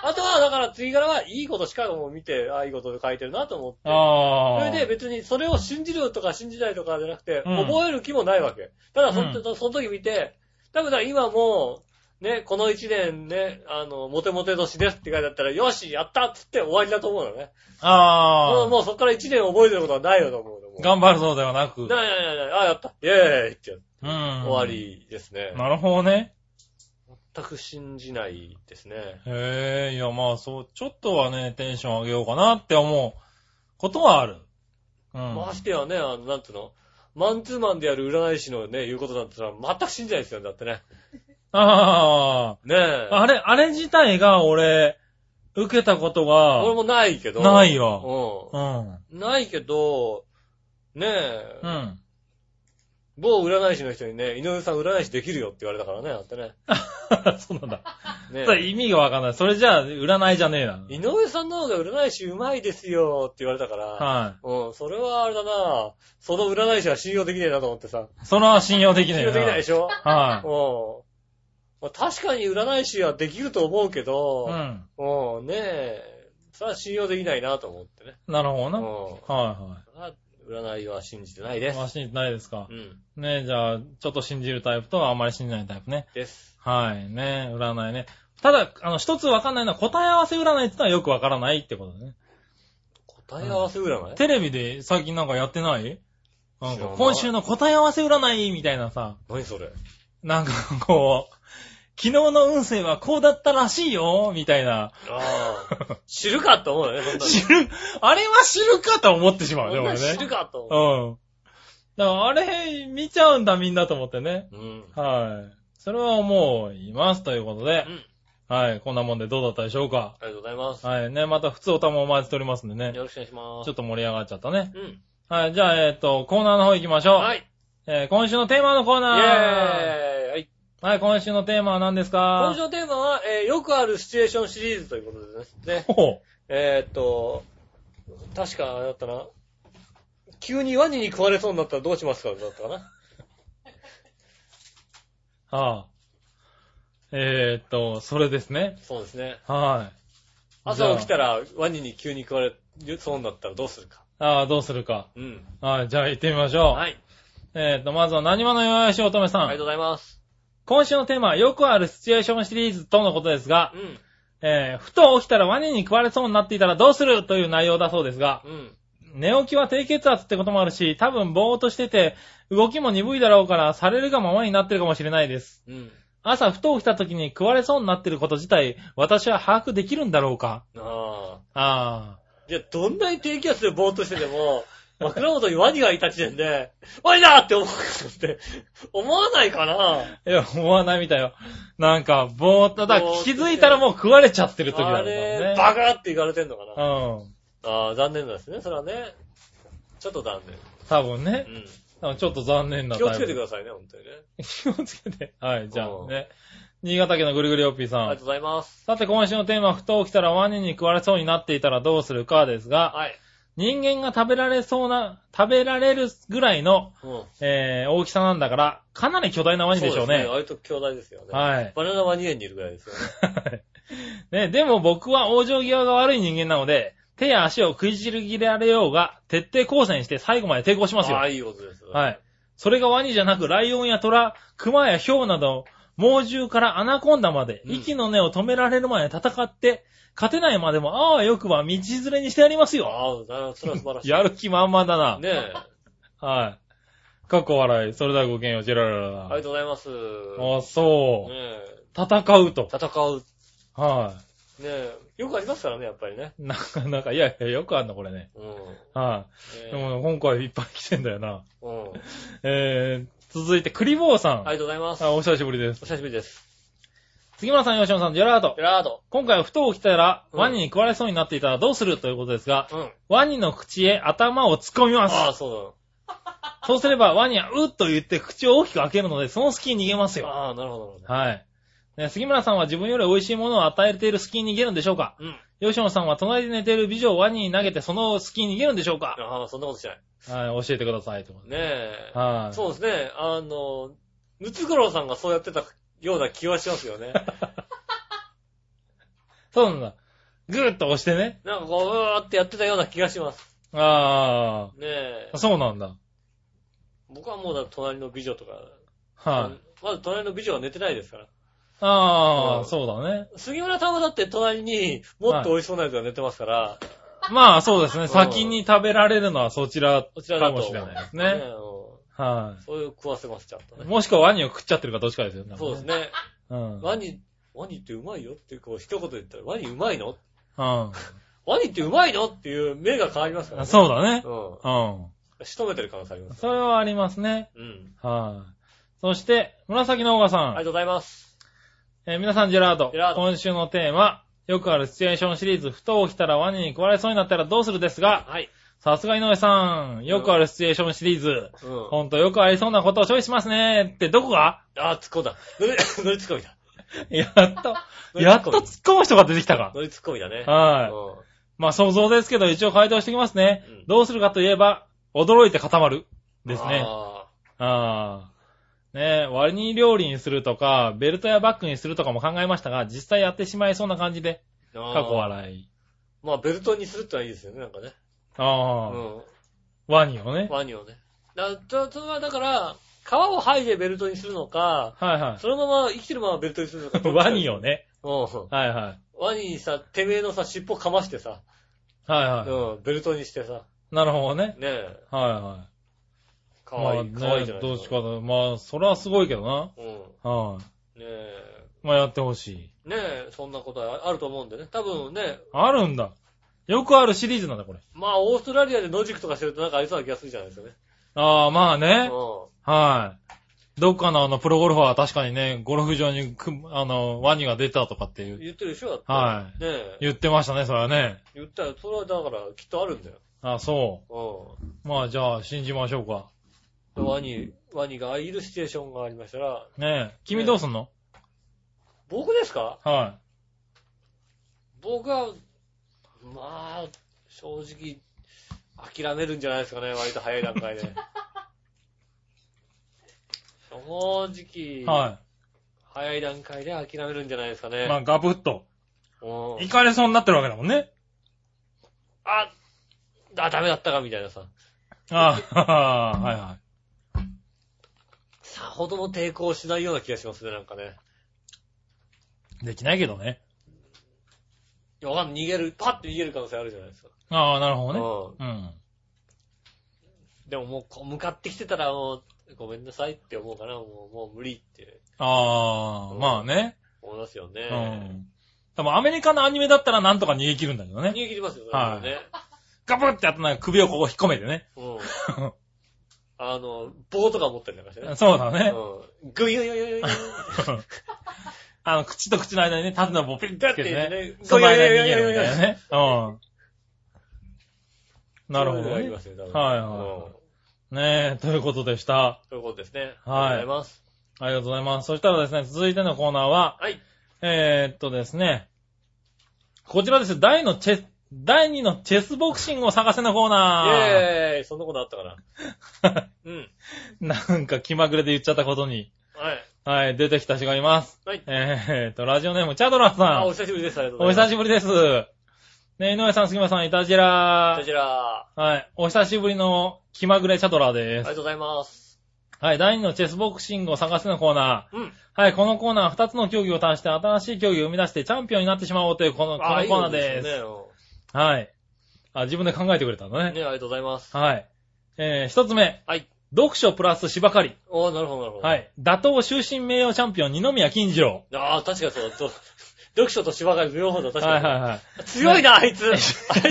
あとは、だから次からはいいことしかもう見て、ああ、いいこと書いてるなと思って。
あ
それ
あ。
で別にそれを信じるとか信じないとかじゃなくて、
うん
覚える気もないわけ。ただその、
う
その時見て、多分だから今もう、ね、この一年ね、あの、モテモテ年ですって書いてあったら、よし、やったっつって終わりだと思うのね。も
あ
う
あ。
もうそっから一年覚えてることはないよと思うの。もう
頑張るそうではなく。うん
な。いないないない、あ、やった、イェーイってやって終わ。りですね。
なるほどね。
全く信じないですね。
へえ、いや、まあ、そう、ちょっとはね、テンション上げようかなって思うことはある。うん。
ましてやね、あの、なんつうの、マンツーマンでやる占い師のね、言うことなんてのは全く信じないですよね、だってね。
あ
ねえ
あ。。あれ、あれ自体が俺、受けたこと
俺
が、
もないけど。
ないよ。うん。
うん。ないけど、ねえ、
うん。
某占い師の人にね、井上さん占い師できるよって言われたからね、だってね。
そうなんだ。
ね
それ意味がわかんない。それじゃあ、占いじゃねえな。
え井上さんの方が占い師うまいですよって言われたから、
は
うん、それはあれだなその占い師は信用できねえなと思ってさ。
い。それは信用できな
信
い
用
よ
できないでしょ
は
うん。まあ、確かに占い師はできると思うけ
い。う
ど、
ん。
うん、ねえ、それは信用できないなと思ってね。
なるほど
う
な。
ん
はいは
それは占いは信じてない
い。
です。
マシンないですか
う。ん、
ねじゃあ、ちょっと信じるタイプとあんまり信じないタイプね。
です。
はい。ね占いね。ただ、あの、一つわかんないのは答え合わせ占いってのはよくわからないってことだね。
答え合わせ占い、
テレビで最近なんかやってないなん
知
から
ない
今週の答え合わせ占いみたいなさ、
何それ
なんかこう、昨日の運勢はこうだったらしいよ、みたいな。
あ あ。知るかと思うよね、そんなの。
知る、あれは知るかと思ってしまうね、
そんな
俺
の
ね。
知るかと
う
思
ん。だからあれ、見ちゃうんだみんなと思ってね。
う。うん。
はい。それは思います。ということで
う、ん。
はい。こんなもんでどうだったでしょうか
ありがとうございます。
はい。ね、また普通おたもお待ちしておりますんでね。
よろしくお願いします。
ちょっと盛り上がっちゃったね。
うん。
はい。じゃあ、えっ、と、コーナーの方行きましょう。
はい。イ
えー今週のテーマのコー
ェー
ナ
イ
ー。
はい。
はい、今週のテーマは何ですか
今週のテーマは、えーよくあるシチュエーションシリーズということでですね。
ほ
えーっと、確か、あれだったな。急にワニに食われそうになったらどうしますかだったかな。
う。 はあ。えー、っと、それですね。
そうですね。
はい。
朝起き
じ
た
ゃ
らワニに急に食われそうになったらどうするか。
あ。ああ、どうするか。
うん。
はい、じゃあ行ってみましょう。
はい。
えー、っと、まずは何者よやしおとめさ
あ
ん。
りがとうございます。
今週のテーマはよくあるシチュエーションシリーズとのことですが
う、ん。
えー、ふと起きたらワニに食われそうになっていたらどうするという内容だそうですが、
うん。
寝起きは低血圧ってこともあるし、多分ぼーっとしてて、動きも鈍いだろうから、されるがままになってるかもしれないです。
うん。
朝ふと起きた時に食われそうになってること自体、私は把握できるんだろうか
ああ。
あ
いや、どんなに低気圧でぼーっとしてて も、枕元にワニがいた時点で、ワニだって思うことって、思わないかな
あ。いや、思わないみたいよ。なんか、ぼーっと、だから
ぼーっと
気づいたらもう食われちゃってる時だ
あ
ろうから
れ
ね、。
バカって言われてんのか
う
な、
ん。
ああ、残念ですね、それはね。ちょっと残
多分ね
念。。うん。
多分ちょっと残念な
気をつけてく
だ
ださいね、本当にね。
さい。気をつけて。はい、じゃ
う
あ
ん
ね。新潟県のぐるぐるよっぴ
あ
ー
り
さ
が
ん
とう。ございます。
さて今週のテーマ、ふと起きたらワニに食われそうになっていたらどうするかですが、
はい。
人間が食べられそうな、食べられるぐらいの、
うん。
えー、大きさなんだから、かなり巨大なワニでしょうね。
そ割と兄弟ですよね。
はい。
バナナワニ園にいるぐらいですよね。
ね、でも僕は往生際が悪い人間なので、手や足を食いちぎられようが、徹底抗戦して最後まで抵抗しますよ。
あ
は
あ、
い。
いいことです。い。
それがワニじゃなく、ライオンやトラ、クマやヒョウなど、猛獣からアナコンダまで、
うん
息の根を止められるまで戦って、勝てないまでも、ああ、よくば道連れにしてやりますよ。
ああ、それは素晴らしい。
やる気満々だな。
ねえ。
はい。かっこ笑い。それではごきげんよう、ジェラララ
ありがとうございます。
あ、そ
ね
う。
え
戦うと。
戦う。
は
ねえ。よくありますからね、やっぱりね。
い。なかなか、いやいや、よくあんの、これね。
うん。ね
は
え
い。でも、今回いっぱい来てんだよな。
うん。
えー、続いて、クリボーさん。
ありがとうございます。
あ、お久しぶりです。
お久しぶりです。
杉村さん、吉野さん、ジェラート
ジ。ェラード。
今回はふと起きたら、
うん
ワニに食われそうになっていたらどうするということですが、
うん。
ワニの口へ頭を突っ込みま
ああ、
す。
そ
そうすれば、ワニはうっと言って口を大きく開けるので、その隙に逃げます
うだ。
よ。
ああ、なるほど、なるほ
はい。ね杉村さんは自分より美味しいものを与えている隙に逃げるんでしょうか
ど。うん。
吉野さんは隣で寝ている美女をワニに投げてその隙に逃げるんでしょうか
ああ、そんなことしない。
はい、教えてください。ということで
ねえ。
はい。
そうですね。あの、ムツゴロウさんがそうやってたような気はします よね。
そうなんだ。ぐーっと押してね。
なんかこう、うわーってやってたような気がします。
あ
ねえ
あ、。そうなんだ。
僕はもうだ隣の美女とか、
はい。
まず隣の美女は寝てないですから。
あ
う
あ、
ん
そうだね。
杉村さんはだって隣にもっと美味しそうなやつが寝てますから、
まあそうですね。
ん
先に食べられるのはそちら
こちら
か
だと。
もしれないです
ね
ね。
う
は
んそういう食わせます、ちゃんと
い。
ね。
もしくはワニを食っちゃってるかどっちかですよね。
そうですね。
うん。
ワニ、ワニってうまいよってこう一言言ったら、ワニうまいの
う
ワニってうまいのっていう目が変わりますから
ん。
ね。
そうだね。
う。
うん
仕留めてる可能性ありま
ん。
す。
それはありますね。
うん。
はい。そして、紫のオガさ
ありが
ん。
とうございます。
えー皆さん、ジェラード
ジェラー。ド
今週のテーマ、よくあるシチュエーションシリーズ、ふと起きたらワニに食われそうになったらどうするですが、
はい。
さすが井上さん、よくあるシチュエーションシリーズ、
うん。
ほんとよくありそうなことをチョイスしますねって、どこ が
あー、突っ込んだ。乗り、 乗り突っ込みだ。
やっと、やっと突っ込む人が出てきたか。
乗り突っ込みだね。
はい。
うん
まあ想像ですけど、一応回答してきますね。
うん
どうするかといえば、驚いて固まる。ですね。
あ
ああ。ねえ、割に料理にするとか、ベルトやバッグにするとかも考えましたが、実際やってしまいそうな感じで、
ーあー。
過去笑い。
まあ、ベルトにするってのはいいですよね、なんかね。う
ああ、
ん。
ワニをね。
ワニをね。だだそれはだから、皮を剥いでベルトにするのか、
はいは
そのまま生きてるままベルトにするのか
い。。 ワニ
を。
をね。
うん。
はいはい。
ワニにさ、てめえのさ、尻尾かましてさ、
はいは
うん、ベルトにしてさ、
い。なるほどね。
ねえ、
はいはい。
かわいい、
ま
かわ
あ
いい
ね
じゃない
ど
で
う
す
し
か。
かと。まあ、それはすごいけどな。
うん。
はい。
ねえ、
まあやってほしい。
ねえ、そんなことはあると思うんでね。多分ね、
あるんだ。よくあるシリーズなんだ、これ。
まあ、オーストラリアで野宿とかしてるとなんかありそうな気がするじゃないですかね。
ああ、まあ
う
ね。
ん。
はい。どっかのあの、プロゴルファーは確かにね、ゴルフ場にく、あの、ワニが出たとかっていう、
言ってるでしょだって。。
はい
ねえ、
言ってましたね、それはね。
言ったら、それはだから、きっとあるんだよ。
あそ
うん。
う。まあ、じゃあ、信じましょうか。
ワニ、ワニがいるシチュエーションがありましたら、
ねえ。君どうすんの、
僕ですか
は
僕は、まあ、正直、諦めるんじゃないですかね、割と早い段階で。 正
い。
直、
は
早い段階で諦めるんじゃないですか
い。
ね。
まあ、ガブッと。
うん
行かれそうになってるわけだもんね。
あ、あ、ダメだったか、みたいなさ。
あ あ、はははいはい。
さほどの抵抗しないような気がしますね、なんかね。
できないけどね。
いやわかんない逃げる、パッて逃げる可能性あるじゃないですか。
ああ、なるほどね。
うん
うん。
でももうこう、向かってきてたらもう、ごめんなさいって思うかな、もう、もう無理って
ああ、
うん
まあね。
思いますよ
う
ね。
ん。多分アメリカのアニメだったらなんとか逃げ切るんだけど
逃
ね。
げ切りますよ、それ
はい
ね。
ガブッてやってなんか首をここ引っ込めてね。
うん。あの、棒とか持ったりなんかしてね。
そうだね。
うん。ぐいぐいぐいぐいぐい。
あの、口と口の間にね、縦の棒ピッてつけて
ピッてやっ
ね
て、ね
その間に逃げるみたいなね。うん。なるほ
そういうの
ど
があり
ね。
ますよ、多分
はいはい
うん
ねえ、ということでした。
そういうことですね。
はい
ありがとうございます。
ありがとうございます。そしたらですね、続いてのコーナーは、
はい。
えー、っとですね、こちらです。第のチェス、第2のチェスボクシングを探せのコー
イ
ナー。
ェーイそんなことあったかな。うん。
なんか気まぐれで言っちゃったことに、
はい。
はい、出てきた人がいます。
はい。
えー、っと、ラジオネーム、チャドラーさ
あ、お
ん。
久しぶりです。ありがとう
お
ございま
久
す。
しぶりです。ねえ、井上さん、杉村さん、いたじら
こちら、あ
はい。お久しぶりの気まぐれチャドラー
り
で
がと
す。
うございます。
はい、第2のチェスボクシングを探すのコーナ
うん。
ー。はい、このコーナーは2つの競技を足して新しい競技を生み出してチャンピオンになってしまおうというこのこ
あ
のコーナーです。
いい
はい。あ、自分で考えてくれたんだ
ね
ね。
ねありがとうございます。
はい。えー、一つ目。
はい。
読書プラス芝刈り。
おー、なるほど、なるほど。。
はいい。打倒終身名誉チャンピオン、二宮金次郎。
ああ、確かにそうだ。と 読書と芝刈り両方だ、確
はい
か
はいは
に。強いな、あい つ。あい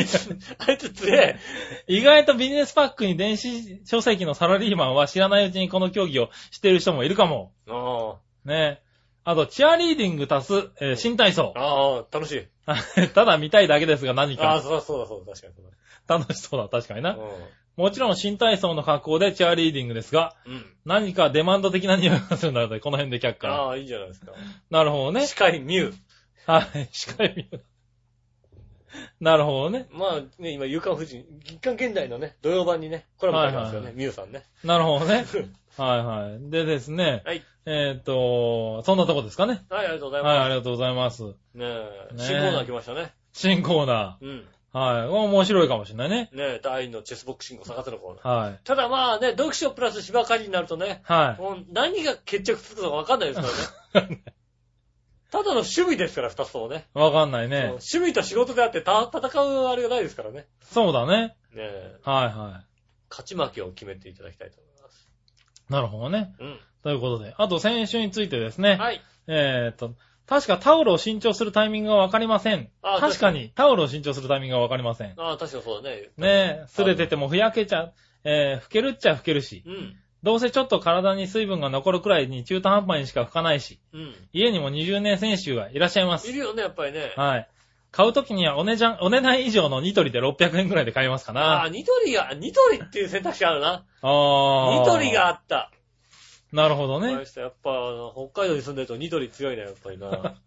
つ、あいつ強え。
い。意外とビジネスパックに電子書籍のサラリーマンは知らないうちにこの競技をしている人もいるかも。
あ
ね。あと、チアリーディング足す、えー新体操
あ、。ああ、楽しい。
ただ見たいだけですが何
ああ、
か。
そうだ、そうだ、そうだ、確かにそう
楽しそうだ、確かに
だ。
な。もちろん新体操の格好でチアリーディングですが、
うん。うん。
何かデマンド的な匂いがするので、この辺で却下。
ああ、いいじゃないですか。
なるほどね。
司会、ミュウ。
はい、視界見ようなるほどね。
まあね、今、夕刊富士、日刊現代のね、土曜版にね、コラム書いてますよね、ミュウさんね。
なるほどね。はいはい。でですね、
はい。
えーっ、と、そんなとこですかね。
はい、ありがとうござい
はい、あ
ま
りがとうございます。
す。ねえ、
ねえ
新コーナー来ましたね。
新コーナ
うん。
ー。はい。面白いかもしれないね。
ねえ、第2のチェスボクシングを探せのコーナー。
はい。
ただまあね、読書プラス芝刈りになるとね、
はい。
もう何が決着つくのかわかんないですからね。 ただの趣味ですから、二つともね。
わかんないね。
趣味と仕事であってた戦うあれがないですからね。
そうだね。
ねえ、
はいは
勝ち負けを決めていただきたいと思います。
い。なるほどね。
うん。
ということで。あと、先週についてですね。
はい。
えーっと、確かタオルを新調するタイミングがわかりません。
あ
確かに、タオルを新調するタイミングがわかりません。
ああ、確かそうだね。
ねえ、擦れててもふやけちゃ、えー、ふけるっちゃふけるし。
うん。
どうせちょっと体に水分が残るくらいに中途半端にしか拭かないし、
うん。
家にも20年選手がいらっしゃいま
い
す。
るよね、やっぱりね。
はい。買うときにはお値段、お値段以上のニトリで600円くらいで買えますか
ああ、
な。
ニトリが、ニトリっていう選択肢あるな。
あー
ニトリがあ。った。
なるほどね
大。したやっぱ、あの北海道に住んでるとニトリ強いね、やっぱりな。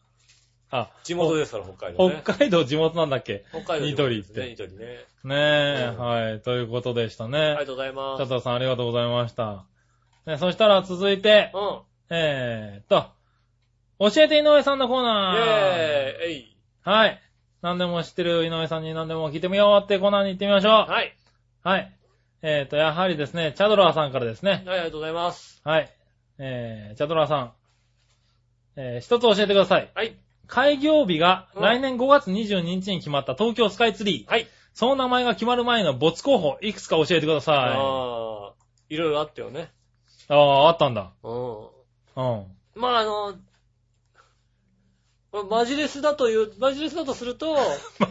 あ、
地元ですから、北海道ね。
北海道地元なんだっけ
北海道地元ですねニトリね。
ねえ、
うん
はい。ということでした
ありが
ね。
とうございま
チャ
す。
タさんありがとうございました。ね、そしたら続いて
う、ん。
えーっと、教えて井上さんのコー
イ
ナー。
ェーイえい
はい。何でも知ってる井上さんに何でも聞いてみようってコーナーに行ってみましょう。
はい。
はい。えっ、と、やはりですね、チャドラーさんからですね。
はい、ありがとうございます。
はい。えー、チャドラーさん。えー、一つ教えてください。
はい。
開業日が
うん
来年5月22日に決まった東京スカイツリー。
はい。
その名前が決まる前の没候補、いくつか教えてください。あ
ああ、いろいろあったよね。
あー、あったんだ。
うん。
うん。
まあ、あの、これマジレスだという、マジレスだとする と、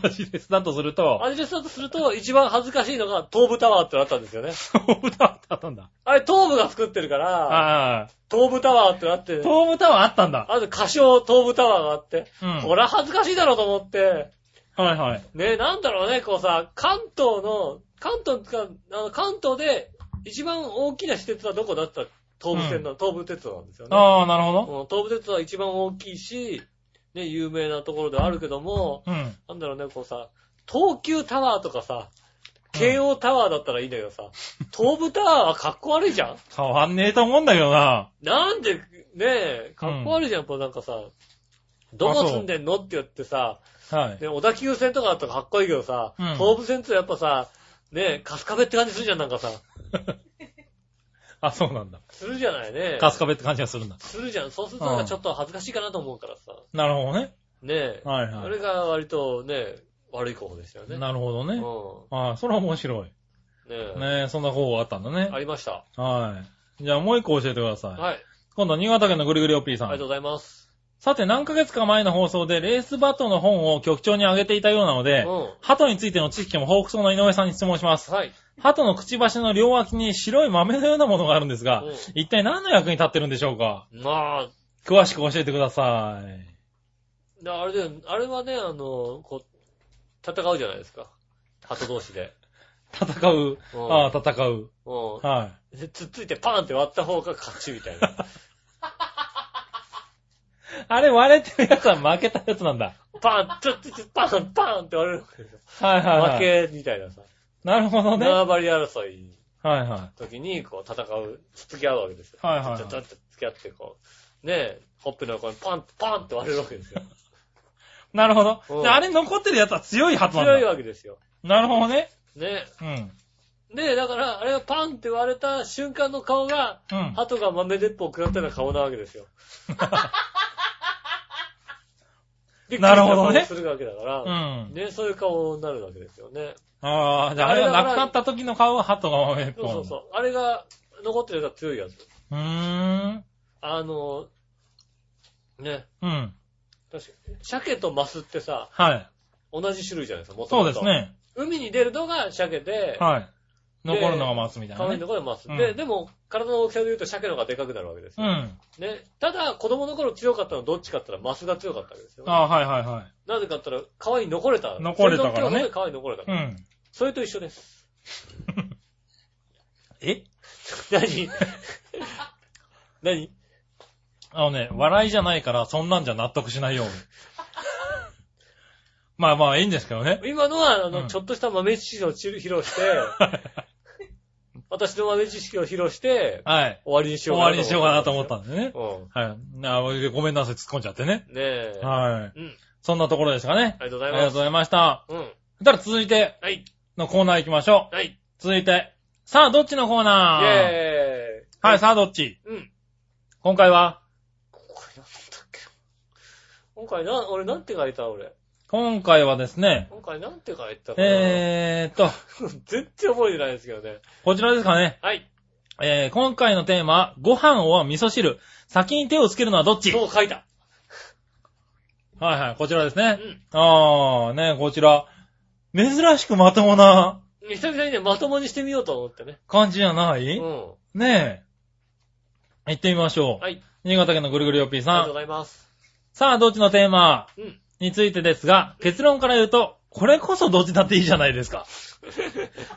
マジです。だとすると、
マジレスだとすると、一番恥ずかしいのが東武タワーってのあったんですよね。
東武タワーってあったんだ。
あれ、東武が作ってるから、
ああ、
東武タワーってなって、
東武タワーあったんだ。
あと歌唱東武タワーがあって、
うん。
これは恥ずかしいだろうと思って、
はいはい。
ね、なんだろうね、こうさ、関東の、関東か、あの、関東で一番大きな施設はどこだったら東武線の、東武鉄道なんですよね。
ああ、なるほど。
うん東武鉄道は一番大きいし、ね、有名なところではあるけども、
うん。
なんだろうね、こうさ、東急タワーとかさ、京王タワーだったらいいんだけどさ、東武タワーはかっこ悪いじゃん
変わんねえと思うんだけどな。
なんで、ねえ、かっこ悪いじゃん、こうなんかさ、どこ住んでんのって言ってさ、
はい。
ね、小田急線とかだったらかっこいいけどさ、
うん
東武線ってやっぱさ、ねえ、カスカベって感じするじゃん、なんかさ。
あ、そうなんだ。
するじゃないね。
カスカベって感じがするんだ。
するじゃん。そうするとなん
う
か
ん
ちょっと恥ずかしいかなと思うからさ。
なるほどね。
ねえ。
はいは
あれが割とね、悪い候補でしたよね。
い。なるほどね。
う
ああ、それは面白い。
ん。ねえ。
ねえ、そんな方法あったんだね
あ。りました。
はい。じゃあもう一個教えてください。
はい。
今度は新潟県のぐりぐりおっぴー
あ
さ。
りがとうんございます。
さて何ヶ月か前の放送でレースバトの本を局長にあげていたようなの
うん。
で、
は
鳩についての知識も豊富そうな井上さんに質問します。
い。
鳩のくちばしの両脇に白い豆のようなものがあるんですが
うん、
一体何の役に立ってるんでしょうか
まあ、
詳しく教えてください。
であれで、あれはね、あの、こう、戦うじゃないですか。鳩同士で。
戦う。
うん
ああ、戦う。
う
は
ん。でつっついてパーンって割った方が勝ちみたいな。
い。あれ割れてるやつは負けたやつなんだ。
パーン、つっついてパーン、パーンって割れるわけですよ。
はいはい、はい。
負。けみたいなさ。
なるほどね。は
縄張り争い
いは
時に、こう、戦う、突き合うわけですよ。
はいはいはい
ちょっとって付き合って、こう、ねえ、ほっぺの横にパン、パンって割れるわけです よ。
い。なるほど。
うん
であれ残ってるやつは強いはずなんだ。
強いわけですよ。
なるほどね。
ね
うん。
で、だから、あれがパンって割れた瞬間の顔が、
うん。
鳩が豆鉄砲食らったような顔なわけです よ。びっくりした顔をするわけだから、
うん。
ね、そういう顔になるわけですよね。
ああ、じゃああれがなくなった時の顔は鳩が豆っぽ
そう
い。
そうそう。あれが残ってるやつは強いやつ。
う。うーん。
あの、ね、
うん。
確かに。鮭とマスってさ、
はい。
同じ種類じゃないですか、もと
そう
もと
です。ね。
海に出るのが鮭で、
はい。残るのが待つみたい
顔
な
に
ね。
残るマス。
うん
で、でも、体の大きさで言うと鮭の方がでかくなるわけです
う
よ。
ん。
ね。ただ、子供の頃強かったのはどっちかって言ったらマスが強かったわけですよ。
ああ、はいはいは
なぜかって言ったら、皮に残れた。
残れたか
その
らね
強さで皮に残れたか
い。う
ら。
ん。
それと一緒です。
え
何 何
あのね、笑いじゃないから、そんなんじゃ納得しないように。 まあまあ、いいんですけどね。
今のは、あの、
うん
ちょっとした豆知識を披露して、 私の豆知識を披露して、
はい。
終わりにし
終
ようかな。
わりにしようかなと思ったんでね。
思っ
はい。なごめんなさい、突っ込んじゃってね。
た。うん。ねえ。
はい。
うん。
そんなところですかね
あ。りがとうご
あ
ざい
りがと
ま
う
す。
ございました。
うん。
そしたら続いて
はい。
のコーナー行きましょう。
はい。
続いて。さあ、どっちのコー
イェー
ナー
イ。
はい、さあ、どっち
うん。
今回は、
今回なんだっけ今回な、俺なんて書いた俺。
今回はですね、
今回なんて書いたかな
えーっと、
全然覚えてないですけどね。
こちらですかね。
はい。
えー、今回のテーマは、ご飯を味噌汁。先に手をつけるのはどっち
そう書いた。
はいはい、こちらです
う
ね。
ん。
あー、ね、こちら。珍しくまともな
久々にね、まともにしてみようと思ってね。
感じじゃな
う
い
ん。
ねえ。行ってみましょう。
はい。
新潟県のぐるぐるよっぴー
ありが
さ
とうんご。ざいます。
さあ、どっちのテーマ
うん。
についてですが、結論から言うと、これこそどっちだっていいじゃないですか。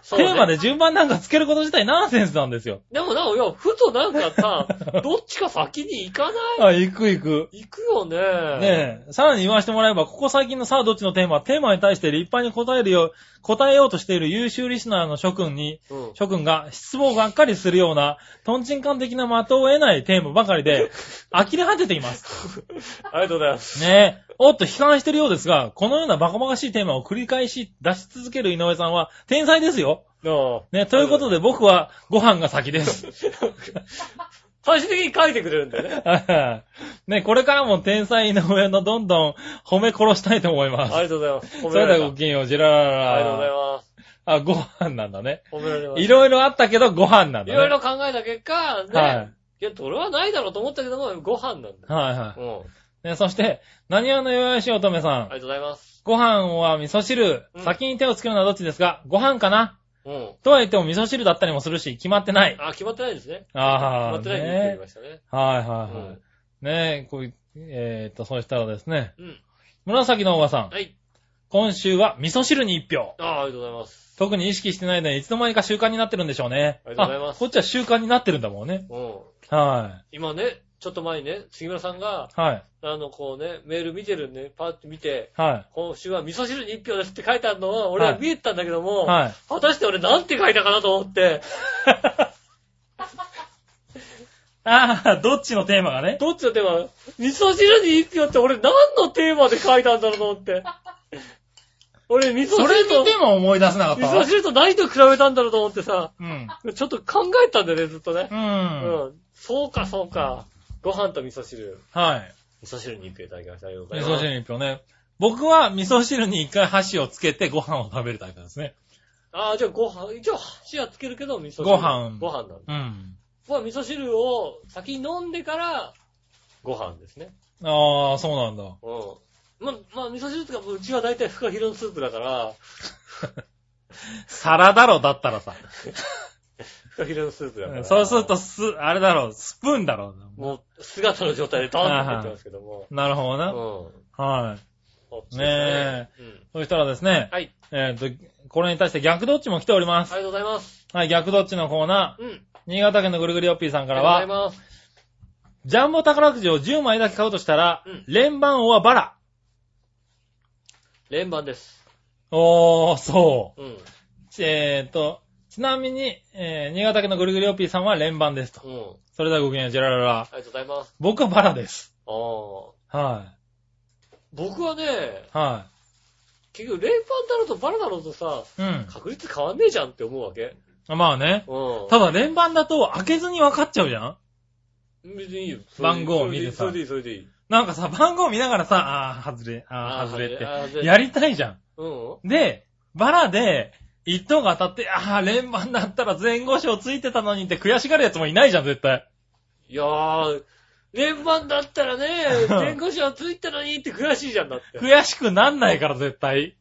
そうね
テーマで順番なんかつけること自体ナンセンスなんですよ。
でもな、いや、ふとなんかさ、 どっちか先に行かない
あ、行く行く。
行くよね。
ねえ、さらに言わせてもらえば、ここ最近のさあどっちのテーマは、テーマに対して立派に答えるよう、答えようとしている優秀リスナーの諸君に、
うん。
諸君が失望がっかりするような、トンチンカン的な的を得ないテーマばか りで、呆れ果てています。
ありがとうございます。
ねえ、おっと悲観しているようですが、このようなバカバカしいテーマを繰り返し出し続ける井上さんは、天才ですよ。
なあ
ね、ということで僕はご飯が先です。
最終的に書いてくれるんだよね。
ね、これからも天才井上のどんどん褒め殺したいと思います
あ。りがとうございます。褒
そ
めら
れ
れ
で
た。
はごきげんよう、ジェラララ。
ありがとうございます。
あ、ご飯なんだね。
褒められま
い
す。
ろいろあったけど、ご飯なんだね。
いろいろ考えた結果、ね。
はい
いや、俺はないだろうと思ったけども、ご飯なんだよ。
はいは
うん。
い。ね、そして、何話のよやしおとめさ
あり
ん。
がとうございます。
ご飯は味噌汁
う。ん
先に手をつけるのはどっちですかご飯かな
うん。
とは言っても味噌汁だったりもするし、決まってない。
あ、決まってないですね。決
あ
ま
あ、
ってないって言って
ね
ましたね。
はいうはいは
ん
い。。ねこうい、えーっと、そうしたらですね。
うん。
紫のおばさん。
はい。
今週は味噌汁に一票。
ああ、ありがとうございます。
特に意識してないのに、いつの間にか習慣になってるんでしょうね。
ありがとうございます
あこっちは習慣になってるんだもんね。
うん。
は
今ね、ちょっと前にね、杉村さんが、
い。はい。
あの、こうね、メール見てるんで、パッて見て、
は
今週は味噌汁に一票ですって書いてあるのは、俺は見えてたんだけども、
い。はい。
果たして俺なんて書いたかなと思って、
ああ、どっちのテーマがね。
どっちのテーマ味噌汁に一票って俺何のテーマで書いたんだろうと思って。俺味噌
それ
汁と
に、でも思い出せなかっ
味
た
噌
わ。
汁と何と比べたんだろうと思ってさ、
うん。
ちょっと考えたんだよね、ずっとね。
う。
うんん。そうか、そうか。ご飯と味噌汁。
はい。
味噌汁に一票いただきました。ありがとうござ
味
いま
噌
す。
汁に一票ね。僕は味噌汁に一回箸をつけてご飯を食べるタイプですね。
ああ、じゃあご飯、一応箸はつけるけど味噌汁。
ご飯
ご飯なんだ。
うん。
まあ味噌汁を先に飲んでから、ご飯ですね。
ああ、そうなんだ。
うん。ま、まあ味噌汁とか、うちは大体フカヒレのスープだから、
皿だろ、だったらさ。
フカヒレのスープだから。
そうすると、す、あれだろ、スプーンだろ。
もう、姿の状態でドンって入ってますけども。
なるほど
う
な。
ん。
はい。
そうです
ね
え。うん。
そしたらですね、
はい。
えっと、これに対して逆どっちも来ておりま
あり
す。
がとうございます。
はい、逆どっちのコーナ
うん。
ー。新潟県のぐるぐるよっぴーさん
あ
か
りが
ら
とうござ、
はい
ます。
ジャンボ宝くじを10枚だけ買うとしたら、
うん
連番王はバラ。
連番です。
おー、そ
うん。
う。えーっと、ちなみに、えー、新潟県のぐるぐるよっぴーさんは連番ですと。
うん。
それではごきげんよう、ジェラララ。
ありがとうございます。
僕はバラです。
ああ。
は
僕はね、
い。は
結局、連番だろうとバラだろうとさ、
い。うん。
確率変わんねえじゃんって思うわけ。
まあね。
うん。
ただ連番だと開けずに分かっちゃうじゃん
別にいいよ。
番号を見てさ
それでいい、それでいい。
なんかさ、番号見ながらさ、あー、外れ、あー、外れっ
あー外
て。
れ
やりたいじゃ
うん。
ん。で、バラで、一等が当たって、あー、連番だったら前後賞ついてたのにって悔しがるやつもいないじゃん、絶対。
いやー、連番だったらね、 弁護士はついたのにって悔しいじゃんだって。
悔しくなんないから、絶対。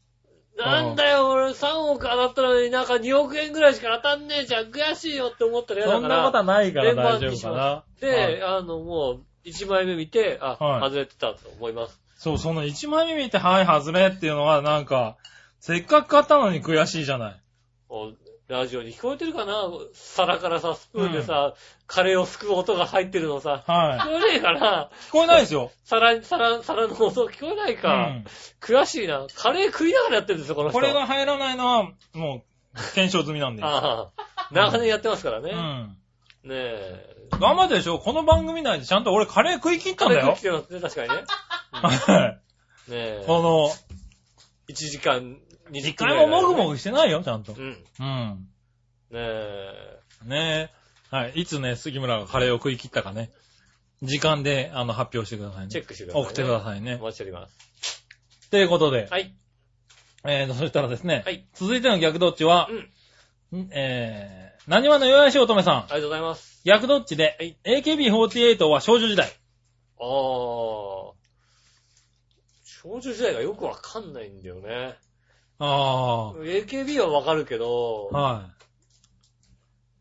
なんだよ、俺3億当たったのになんか2億円ぐらいしか当たんねえじゃん、悔しいよって思ったら嫌
そ
だ
ん
か
なこと
ら。
はないから
連番
大
に
丈夫
し
か
ま
な。
す
はい
で、あの、もう、1枚目見て、あ、
はい
外れてたと思います。
そう、その1枚目見て、はい、外れっていうのは、なんか、せっかく買ったのに悔しいじゃない。
おラジオに聞こえてるかな皿からさ、スプーンでさ、カレーをすくう音が入ってるの さ。聞
は。
こえねえかない
聞こえないですよ。
皿、皿、皿の音聞こえないうか、
ん。
悔しいな。カレー食いながらやってるんですよ、この人。
これが入らないのは、もう、検証済みなんで。
ああ、長年やってますからね。
う
ね
ん。
え。
頑張ってでしょこの番組内でちゃんと俺カレー食い切ったんだ
カレー食
よ
っ。てますね、確かにね。
は
ね
い。
え。
こ
1時間、2
の、
時
一
間。
回ももぐもぐしてないよ、ちゃんと
う。ん。ね
うん。
え。
ねえ。はい。いつね、杉村がカレーを食い切ったかね。時間で、あの、発表してくださいね。
チェックしてくださいね
送ってください
お
ね。
待ちしております。
ということで、
はい。
えーと、そしたらですね、
はい
続いての逆どっちは
う、ん。
んえー、何話の岩井し乙女さん、
ありがとうございます。
逆どっちで、
はい
AKB48 は少女時代。
ああ。少女時代がよくわかんないんだよね。
あ
AKB はわかるけど
あ、、は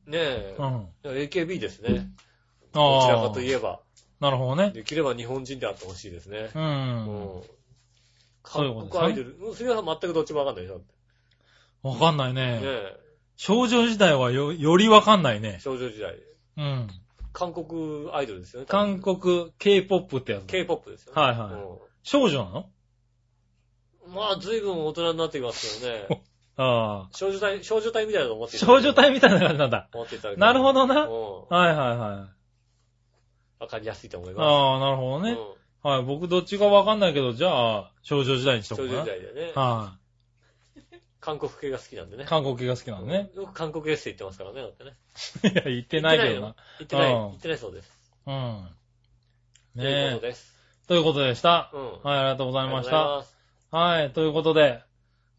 ねえ
い。う、ん。
AKB ですね。
あ
ど
あ。
ちらかといえば、
なるほどね。
できれば日本人であってほしいですね。
う。。
うん
そういうこと
韓
ですね
国アイドル。うん杉浦さん全くどっちもわかんないでしょ。だって
わかんない
ね
ね。
え。
少女時代はよ、よりわかんないね。
少女時代。
うん。
韓国アイドルですよね。
韓国 K-POP ってやつ。
K-POP ですよね。
はいはい少女なの
うんまあ、随分大人になってきますけど ね。
ああ。
少女隊、少女隊みたいなの思っていただ
少
けれ
女
ば
隊みたいな感じなんだ。
思っていただければ
なるほどな。
う
は
ん
いはいはい。
わかりやすいと思いま
ああ、なるほど
す。
ね
う。ん
はい。僕どっちかわかんないけど、じゃあ、少女時代にしと
少
こう
女
かな。
時代でね。
は
韓国系が好きなんでね
い。。韓国系が好きなのね。
よく韓国エッセイ言ってますからね、だってね。
いや、言ってないけどな。
言ってないよ。
うん
言ってない、言ってないそうです。
うん。
というこ
ね
とです。
え。ということでした。
うん。
はい、ありがとうございま
あり
し
がとうござい
た。
ます。
はい、ということで、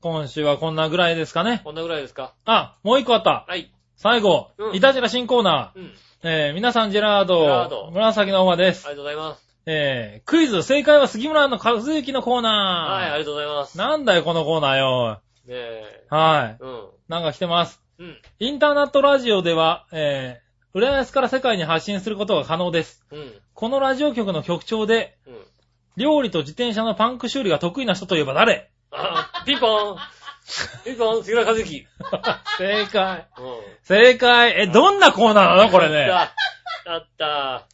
今週はこんなぐらいですかね。
こんなぐらいですか
あ、もう一個あった。
はい。
最後
う、ん
いたじら新コーナー。
うん。あり
えー、皆さん、ジェラー
ジェラード
ド、紫の馬で
が
す。
とうございます。
えー、クイズ、正解は杉村の和之のコ
は
ー
い、あ
ナー。
りがとうございます。ね
なんだよ、このコーナーよ。
え。
はい。
うん。
なんか来てます。
うん。
インターネットラジオでは、えー、浦安から世界に発信することが可能です。
うん。
このラジオ局の局長で、
うん。
料理と自転車のパンク修理が得意な人といえば誰
あ、ピンポンピンポン杉浦和樹。
正解。
うん。
正解。え、どんなコーナーなのこれね。
あった。あった。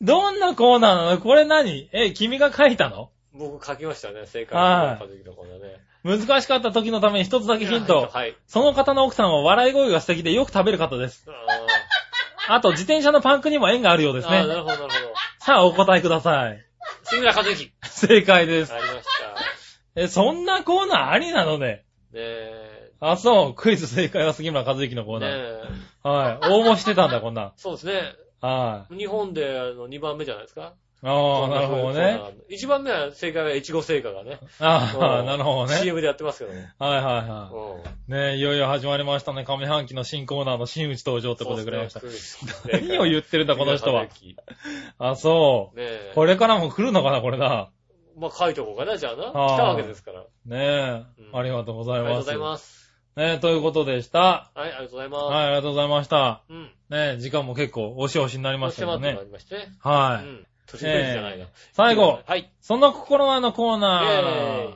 どんなコーナーなのこれ何え、君が書いたの
僕書きましたね、正解。
はい
杉浦和樹のこのね。
難しかった時のために一つだけヒント。
はい。
その方の奥さんは笑い声が素敵でよく食べる方です。
あー
あと、自転車のパンクにも縁があるようです
あー、な
ね。
るほど、なるほど。
さあ、お答えください。
杉浦和樹。
正解です
あ。りました。
え、そんなコーナーありなのね。
ねえ。
あ、そう。クイズ正解は杉村和之のコー
ね
ナー。
え。
はい。応募してたんだ、こんなん。
そうですね。
は
日本であの2番目じゃないですか。
い。ああ、なるほどね。。
1番目は正解は越後製菓がね。
あ
う
あ、
ん
なるほどね。
CM でやってますけども。
はいはいは
うん。
い。ねいよいよ始まりましたね。上半期の新コーナーの新内登場ってことでくれました。何を
う
言ってるんだ、この人は
ね。
あ、そ
え
う。。これからも来るのかな、これな。
まあ、書いとこうかな、じゃあな。来た
あー
わけですから。
ねえ、
うん
ありがとうござ
あ
い
りがとう
ま
ご
す。
ざいます。
ねえ、ということでした。
はい、ありがとうございます。
はい、ありがとうございました。
うん。
ねえ、時間も結構、押し押しになりました
迫
けど
ってま
ね
い。りましてね。う
はい。
ん。都市伝説じゃないな。
最後、
はい。
そんな心はの
イ
コー
ェーイ
ナー。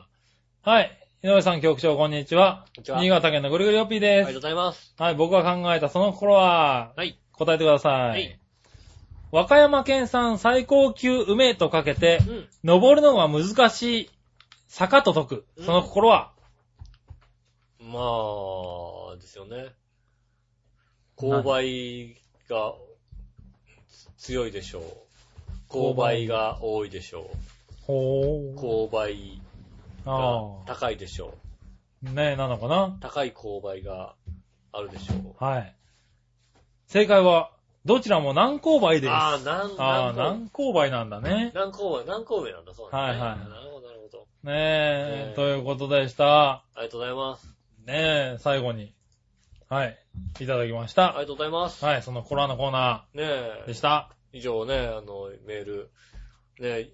はい。井上さん局長、こんにちは。
こんにちは
新潟県のぐるぐるよっぴー
あ
で
りがとう
す
ご。ざいます。
はい、僕が考えたその心は、
はい。
答えてください。
はい。
和歌山県産最高級梅とかけて
う、ん。
登るのが難しい坂と解く。その心は、
まあ、ですよね。勾配が強いでしょう。勾配が多いでしょ
ほ
う。
ー。
勾配が
ああ。
高いでしょう。
ねえ、なのかな
高い勾配があるでしょ
はい。正解は、どちらも南勾梅
う。
です。
ああ、なん、
ああ、
なん、
南勾梅なんだね。
何公演、何公演なんだ、そうなんだ、
はいはい
なるほど、なるほど。ね
ねえ
え、
ということでした。
ありがとうございます。
ねえ、最後に、はい、いただきまし
あり
た。
がとうございます。
はい、そのコラのコーナ
ね
ー
え
で。した。
以上ね、あの、メール。ねえ、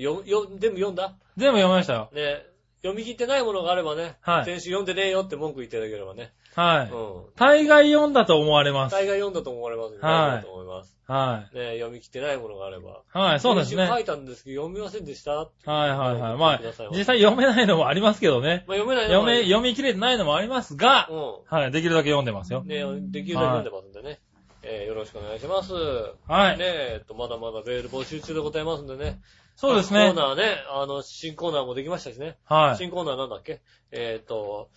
よ、よ、全部読んだ
全部読みましたよ。
ねえ、読み切ってないものがあればね、
はい
先週読んでねえよって文句言っていただければね。
はい。
う
大概読んだと思われ
ん。
ます。
大概読んだと思われますけど、
は
大丈
い
夫だと思います。
は
ねえ、読み切ってないものがあれば。
い。はい、そうです
先
ね。
週
は
書
い
いたんですけど、読みませんでしたはい
はいはい。まあ
ください、
実際読めないのもありますけどね。
まあ、読めないの
読
も
め、読み切れてないのもありますが、
う
はい、できるだけ読んでますよ
ん。。ねえ、できるだけ読んでますんでね。えーよろしくお願いします。
はい
ねえ、えっと、まだまだメール募集中でございますんでね。
そうですね
コー。ナーね、あの、新コーナーもできましたしね。
はい。
新コーナーなんだっけえっ、と、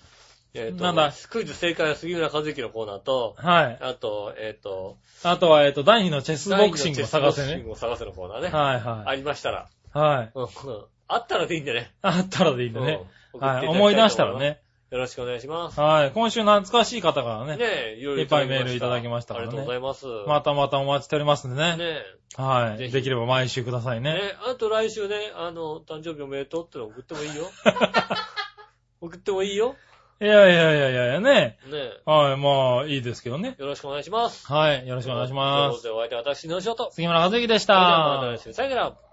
えっ、と、
なんだ
クイズ正解は杉浦和之のコーナーと、
はい。
あと、えっ、と、
あとは、えっと、第2のチェスボクシングを探せ
ボクシン
ね。
グを探せのコーナーね。
はい
あ
は
りましたら。
い。はい。
うんあったらでいいんだね。
あったらでいいんでね。
うん
はい。思い出したら。ね。
送ってただきたいと思いますよろしくお願いします。
はい。今週懐かしい方から
ね
ね。
え、いろいろ
いっぱいメールいただきました
あ
か
り
ら
が
ね
とうございます。
またまたお待ちしておりますんで
ね
ね。
え。
は
ぜ
い。
ひ
できれば毎週くださいね。
ね、あと来週ね、あの、誕生日おめでとうっての送ってもいい よ。送ってもいいよ。
いやいやいやいやいやね。
ねえ、
はい。まあ、いいですけどね。
よろしくお願いします。
はい。よろしくお願いし
と
ま
いうこと
す。
で、お相手は私、のしおと。
杉村和之でし
それではま
た
た。来週さよなら。